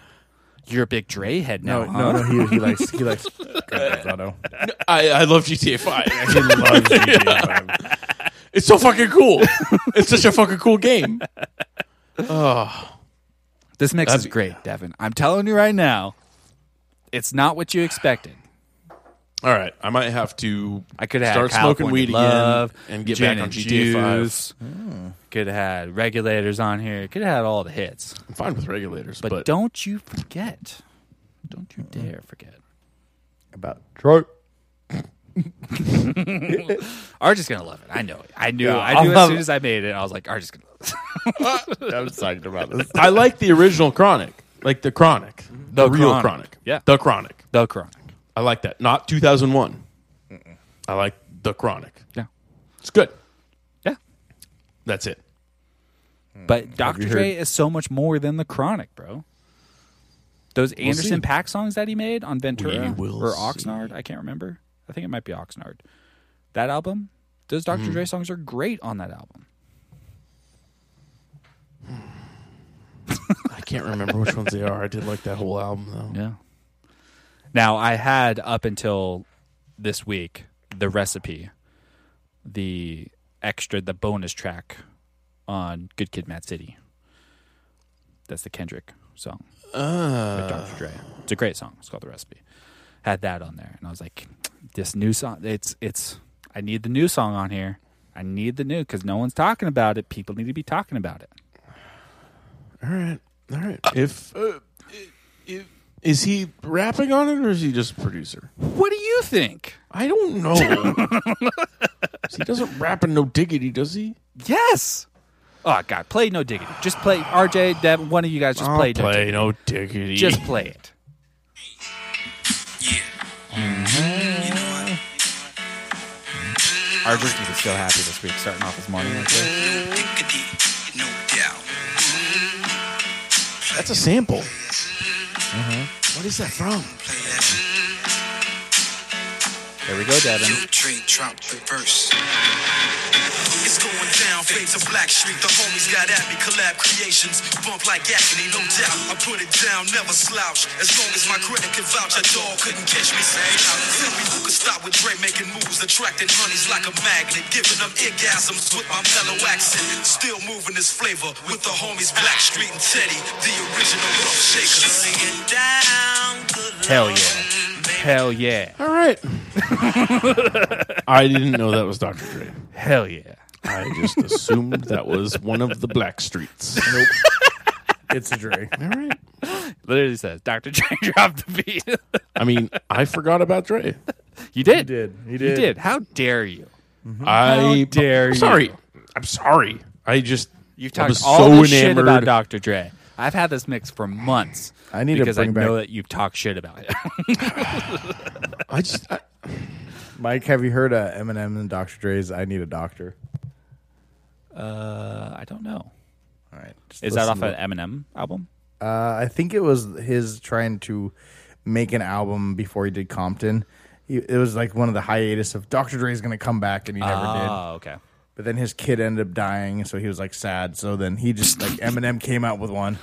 A: You're a big Dre head now. huh?
C: no, no, he, he likes he likes Grand Theft Auto.
B: I, I love GTA Five. (laughs)
E: He loves GTA 5.
B: It's so fucking cool. it's such a fucking cool game.
A: This mix is great, Devin. I'm telling you right now, it's not what you expected.
B: All right, I might have to.
A: I could have
B: start
A: had
B: smoking
A: California
B: weed
A: love,
B: again and get
A: gin
B: back on
A: and
B: GTA Five.
A: juice. Could have had regulators on here. Could have had all the hits.
B: I'm fine with regulators,
A: But,
B: but,
A: don't you forget. Don't you dare forget.
C: About Troy.
A: Arj's gonna love it. I know it. I knew.
C: Yeah,
A: I knew
C: I'll
A: as
C: love
A: soon
C: it.
A: as I made it. I was like, Arj's gonna love it.
C: I'm excited about this.
B: I like the original Chronic, like the Chronic, the, real
A: Chronic.
B: Chronic.
A: Yeah.
B: the Chronic.
A: The Chronic.
B: I like that. Not 2001. I like the Chronic.
A: Yeah.
B: It's good.
A: Yeah.
B: That's it.
A: But Dr. Dre is so much more than the Chronic, bro. Those Anderson
B: see.
A: Pack songs that he made on Ventura
B: We will
A: or Oxnard, I can't remember. I think it might be Oxnard. That album, those Dr. Dre songs are great on that album.
B: I can't remember which ones they are. I did like that whole album though.
A: Yeah. Now I had up until this week the recipe, the extra, the bonus track on Good Kid, Mad City. That's the Kendrick song with Dr. Dre. It's a great song. It's called the recipe. Had that on there, and I was like, this new song. It's it's. I need the new song on here. I need the new because no one's talking about it. People need to be talking about it.
B: All right, all right. If, uh, if is he rapping on it or is he just a producer?
A: What do you think?
B: I don't know. 'Cause (laughs) he doesn't rap in no diggity, does he?
A: Yes. Oh God, play no diggity. Just play RJ, Devin, one of you guys just play, no diggity.
B: no diggity.
A: Just play it. Yeah. RJ is so happy this week, starting off his morning like this.
D: No doubt.
B: that's a sample. What is that from?
D: Play that.
A: There we go, Devin.
D: Your train drop reverse. It's going down, fade to Black Street. The homies got at me, collab creations. Bump like agony, no doubt. I put it down, never slouch. As long as my credit can vouch, a dog couldn't catch me. Say, tell me who could stop with Dre making moves, attracting honeys like a magnet, giving them orgasms with my mellow accent. Still moving this flavor with the homies Black Street and Teddy, the original rough shakers. Singing down the
A: Hell yeah. Hell yeah.
B: All right. (laughs) I didn't know that was Dr. Dre.
A: Hell yeah.
B: I just assumed that was one of the black streets.
C: Nope. It's a Dre.
B: All right.
A: Literally says, (laughs) Dr. J dropped the beat.
B: I mean, I forgot about Dre.
A: you did. You
C: did. He
A: You
C: did.
A: did. How dare you?
B: I
A: dare
B: I'm
A: you.
B: Sorry. I'm sorry. I just
A: You've
B: I
A: talked
B: was
A: all
B: so
A: this shit
B: enamored.
A: about Dr. Dre. I've had this mix for months.
C: I need to
A: because I
C: bring back-
A: know that you've talked shit about it. Uh,
B: I just I,
C: Mike, have you heard uh, Eminem and Dr. Dre's "I Need a Doctor"?
A: Uh, I don't know.
C: All right, just
A: Is that
C: listen
A: off
C: to
A: an
C: it.
A: Eminem album?
C: Uh, I think it was his trying to make an album before he did Compton. He, it was like one of the hiatus of Dr. Dre's going to come back, and he never did.
A: Oh, okay.
C: But then his kid ended up dying, so he was like sad. So then he
A: (laughs)
C: just like Eminem came out with one,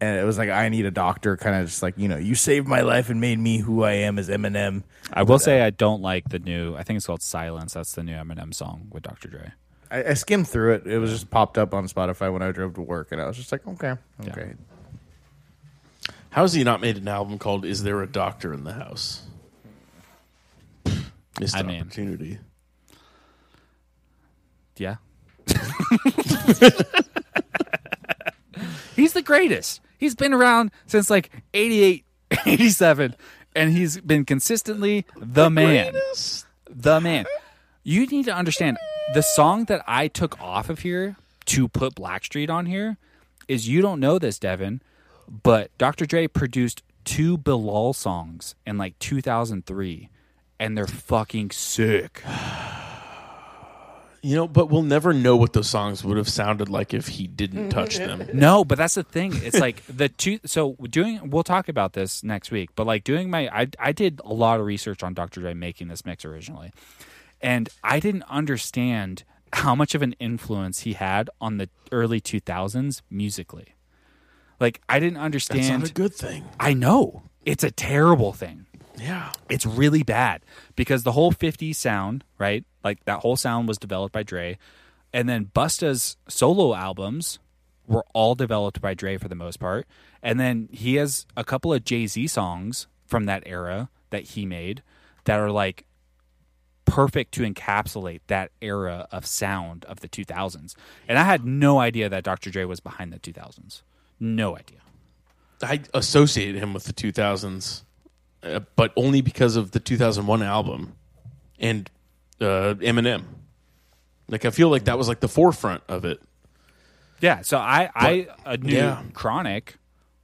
C: and it was like I need a doctor, kind of just like you know you saved my life and made me who I am as Eminem.
A: I will say I don't like the new. I think it's called Silence. That's the new Eminem song with Dr. Dre.
C: I, I skimmed through it; it was just popped up on Spotify when I drove to work, and I was just like, okay, okay,
B: how's he not made an album called "Is There a Doctor in the House"? Missed
A: I mean-
B: opportunity.
A: Yeah. (laughs) he's the greatest. He's been around since like 88, 87, and he's been consistently the, man. The man. You need to understand the song that I took off of here to put Blackstreet on here is you don't know this, Devin, but Dr. Dre produced two Bilal songs in like 2003, and they're fucking sick.
B: You know, but we'll never know what those songs would have sounded like if he didn't touch them.
A: No, but that's the thing. It's like (laughs) the two. So doing, we'll talk about this next week. But like doing my, I I did a lot of research on Dr. Dre making this mix originally, and I didn't understand how much of an influence he had on the early two thousands musically. Like I didn't
B: That's
A: understand.
B: not a good thing.
A: I know it's a terrible thing.
B: Yeah.
A: It's really bad because the whole 50 sound, right? Like that whole sound was developed by Dre. And then Busta's solo albums were all developed by Dre for the most part. And then he has a couple of Jay Z songs from that era that he made that are like perfect to encapsulate that era of sound of the 2000s. And I had no idea that Dr. Dre was behind the 2000s. No idea.
B: I associated him with the 2000s, uh, but only because of the 2001 album and uh, Eminem. Like I feel like that was like the forefront of it.
A: Yeah, so I I uh, knew
B: yeah.
A: Chronic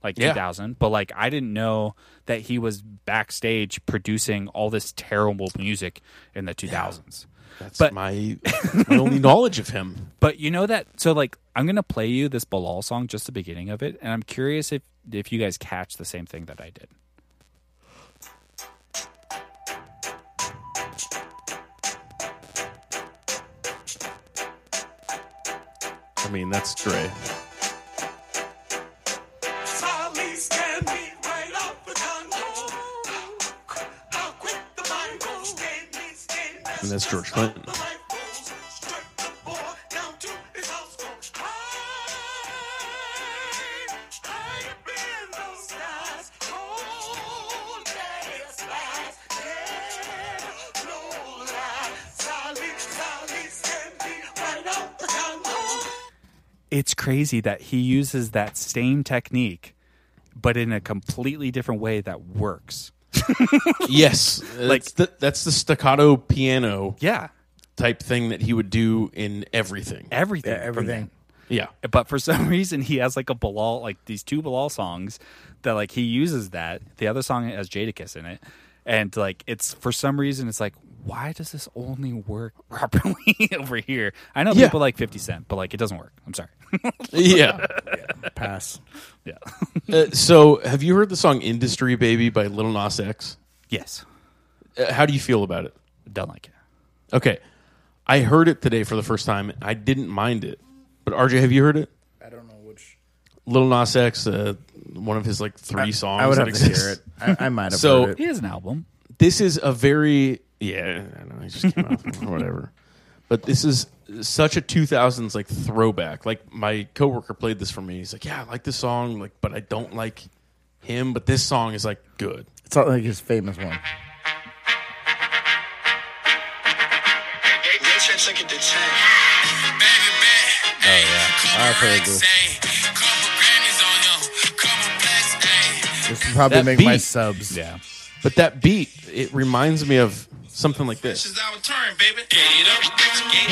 A: like
B: Yeah.
A: 2000, but like I didn't know that he was backstage producing all this terrible music in the 2000s.
B: That's
A: But-
B: my, that's my (laughs) only knowledge of him.
A: But you know that so like I'm going to play you this Bilal song just the beginning of it and I'm curious if if you guys catch the same thing that I did.
B: I mean, that's Dre.
F: Sally's candy right off the condo. How quick the mind goes. Candy, skin,
B: And that's George Clinton.
F: The life goes. Strike the boy down to his house. Goes high, high up in the skies. Cold as ice. Yeah, no lie. Sally, Sally's candy right off the condo.
A: It's crazy that he uses that same technique but in a completely different way that works.
B: yes, like the, that's the staccato piano
A: Yeah,
B: type thing that he would do in everything.
A: everything.
C: Yeah,
A: from
C: everything.
A: that.
B: Yeah,
A: but for (laughs) some reason he has like a Bilal, like these two Bilal songs that like he uses that. The other song has Jadakiss in it, and like it's for some reason it's like why does this only work (laughs) properly over here? I know
B: Yeah.
A: people like Fifty Cent, but like it doesn't work. I'm sorry. (laughs)
B: yeah.
C: Pass.
A: yeah. (laughs)
B: Uh, so, have you heard the song "Industry Baby" by Little Nas X?
A: yes.
B: Uh, how do you feel about it?
A: Don't like it.
B: Okay, I heard it today for the first time. I didn't mind it, but RJ, have you heard it?
C: I don't know which.
B: Little Nas X, uh, one of his like three songs.
C: I would
B: that
C: have to
B: exist.
C: hear it. I, I might have
B: So-
C: heard
A: He
C: it.
A: has an album.
B: This is a very yeah. I don't know, it just came
C: (laughs)
B: out or whatever. But this is such a 2000s like throwback. Like my coworker played this for me. He's like, "Yeah, I like this song, like, but I don't like him. But this song is like good."
C: It's not like his famous one.
D: They try to get the check. Baby,
G: Oh
D: bet.
G: yeah, I've heard this.
D: Couple grannies on you. Couple blacks, ayy.
C: This would probably
B: That
C: make my
B: beat.
C: subs.
A: Yeah.
B: But that beat, it reminds me of something like
D: This
B: this.
D: is our turn, baby. Get it up. Get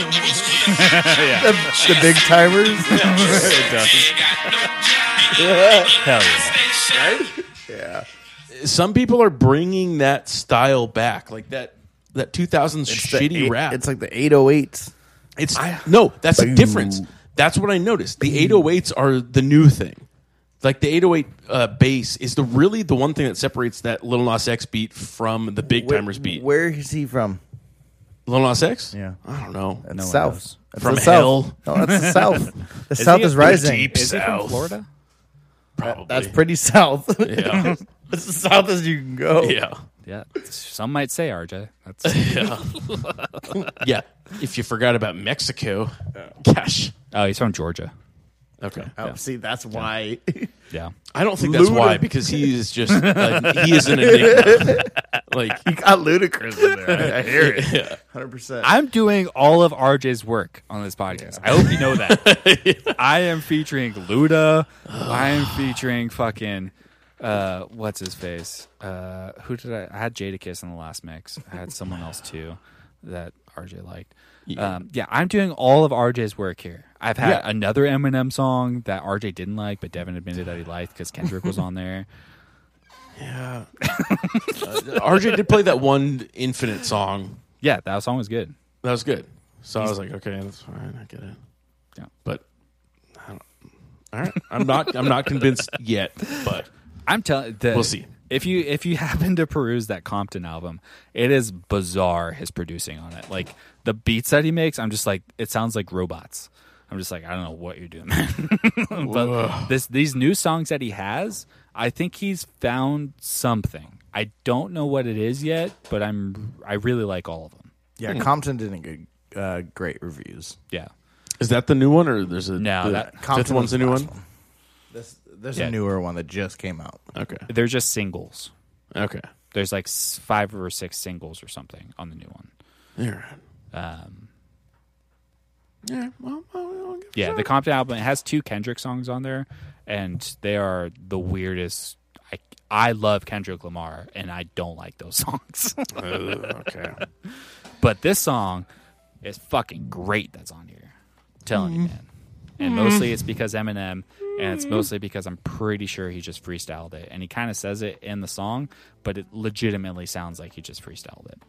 D: it up.
C: The, the
B: (laughs)
C: big timers.
D: Ain't got no job.
A: Hell yeah.
D: Stay shy.
B: Some people are bringing that style back, like that that 2000s shitty
C: The eight- oh
B: rap.
C: It's like the 808s.
B: It's no, that's the difference. That's what I noticed. The 808s are the new thing. Like the 808 uh, bass is the really the one thing that separates that Little Nas X beat from the Big
C: Where-
B: Timers beat.
C: Where is he from?
B: Little Nas X?
C: Yeah.
B: I don't know.
C: That's
A: one
C: south.
A: knows.
C: That's
B: From
C: the south.
B: hell.
C: No, that's
B: (laughs)
C: the south. The
A: he
C: south
A: a-
C: is rising.
B: deep
A: Is he from
B: South.
A: Florida?
B: Probably.
C: That's pretty south.
B: (laughs) Yeah.
C: that's as south as you can go.
B: yeah.
A: Yeah. Some might say RJ. That's
B: (laughs) Yeah. If you forgot about Mexico, gosh.
A: Oh, he's from Georgia.
B: Okay.
C: Oh, see, that's why.
A: Yeah.
B: I don't think that's why because he is just (laughs) like, he is an enigma. like
C: he got ludicrous in there. I, I hear
B: (laughs)
C: it. 100%.
A: I'm doing all of RJ's work on this podcast. I hope you know that. I am featuring Luda. I am featuring fucking uh what's his face? Uh who did I I had Jadakiss in the last mix. I had someone else too that RJ liked. Um, yeah, I'm doing all of RJ's work here. I've had
B: Yeah.
A: another Eminem song that RJ didn't like, but Devin admitted that he liked because Kendrick was on there.
B: yeah. RJ did play that one infinite song.
A: Yeah, that song was good.
B: That was good. So I was like, okay, that's fine. I get it.
A: Yeah.
B: But I don't, all right, I'm not. I'm not convinced yet. But
A: I'm telling.
B: We'll see.
A: If you if you (laughs) happen to peruse that Compton album, it is bizarre his producing on it. Like the beats that he makes, I'm just like it sounds like robots. I'm just like, I don't know what you're doing, (laughs) man. but this these new songs that he has, I think he's found something. I don't know what it is yet, but I'm I really like all of them.
C: Yeah, Compton didn't get uh, great reviews.
A: Yeah.
B: Is that the new one or there's a
A: No,
B: the
A: that-
B: fifth
C: Compton was
B: one's the new
C: last
B: one?
C: This, there's
A: Yeah.
C: a newer one that just came out.
B: Okay.
A: They're just singles.
B: Okay.
A: There's like s- five or six singles or something on the new one.
B: All right. Um. Yeah. Well, I'll, I'll give it a
A: Yeah,
B: shot.
A: the Compton album it has two Kendrick songs on there, and they are the weirdest. I I love Kendrick Lamar, and I don't like those (laughs) songs.
B: Ugh, okay.
A: (laughs) but this song is fucking great. That's on here, I'm telling
B: Mm-hmm.
A: you, man. And mostly it's because Eminem, and it's mostly because I'm pretty sure he just freestyled it, and he kind of says it in the song, but it legitimately sounds like he just freestyled it,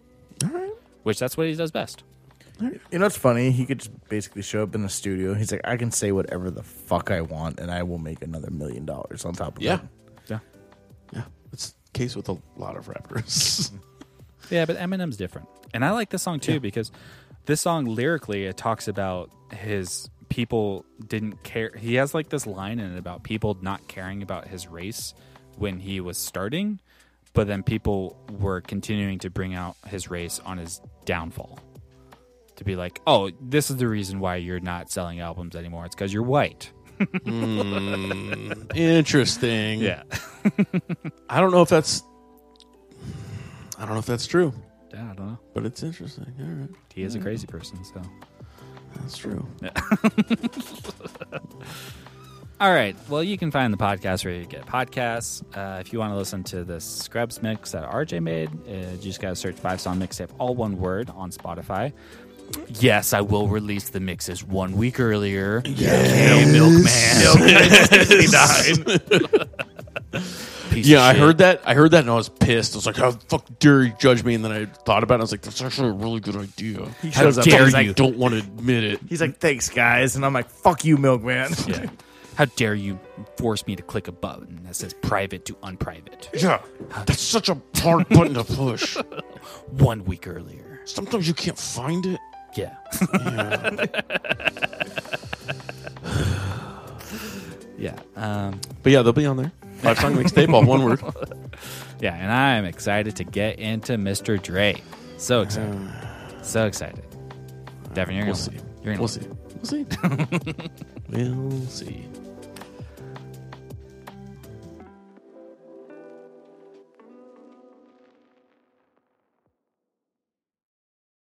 B: All right.
A: which that's what he does best.
C: You know, it's funny. He could just basically show up in the studio. He's like, I can say whatever the fuck I want, and I will make another million dollars on top of
B: Yeah.
C: it.
A: Yeah,
B: Yeah. It's the case with a lot of rappers.
A: Yeah, but Eminem's different. And I like this song too because this song lyrically it talks about his people didn't care. He has like this line in it about people not caring about his race when he was starting, but then people were continuing to bring out his race on his downfall. To be like, "Oh, this is the reason why you're not selling albums anymore. It's cuz you're white."
B: (laughs) Interesting. I don't know if that's. I don't know if that's true,
A: (laughs) Yeah, I don't know.
B: but it's interesting. All right.
A: He is a crazy person, so.
B: That's true.
A: All right. Well, you can find the podcast where you get podcasts. Uh, if you want to listen to the Scrubs mix that RJ made, uh, you just got to search Five Song Mixtape, all one word, on Spotify. Yes, I will release the mixes one week earlier. (laughs)
B: yeah, I heard that. I heard that, and I was pissed. I was like, "How the fuck dare you judge me?" And then I thought about it. I was like, "That's actually a really good idea."
A: How
C: shows up,
A: dare
C: he's
A: you?
B: I don't want to admit it.
C: He's like, thanks, guys. And I'm like, fuck you, Milkman.
A: Yeah. How dare you force me to click a button that says private to unprivate
B: Yeah, that's such a hard button to push.
A: one week earlier?
B: Sometimes you can't find it.
A: Yeah. (laughs) yeah. Um,
B: But yeah, they'll be on there. Five song mixtape, all one word.
A: Yeah, and I'm excited to get into Mr. Dre. So excited.
B: (sighs)
A: so excited. Devin, you're
B: We'll
A: gonna
B: see.
A: love it. You're gonna
B: We'll
A: love
B: see.
A: it.
B: We'll see. We'll see.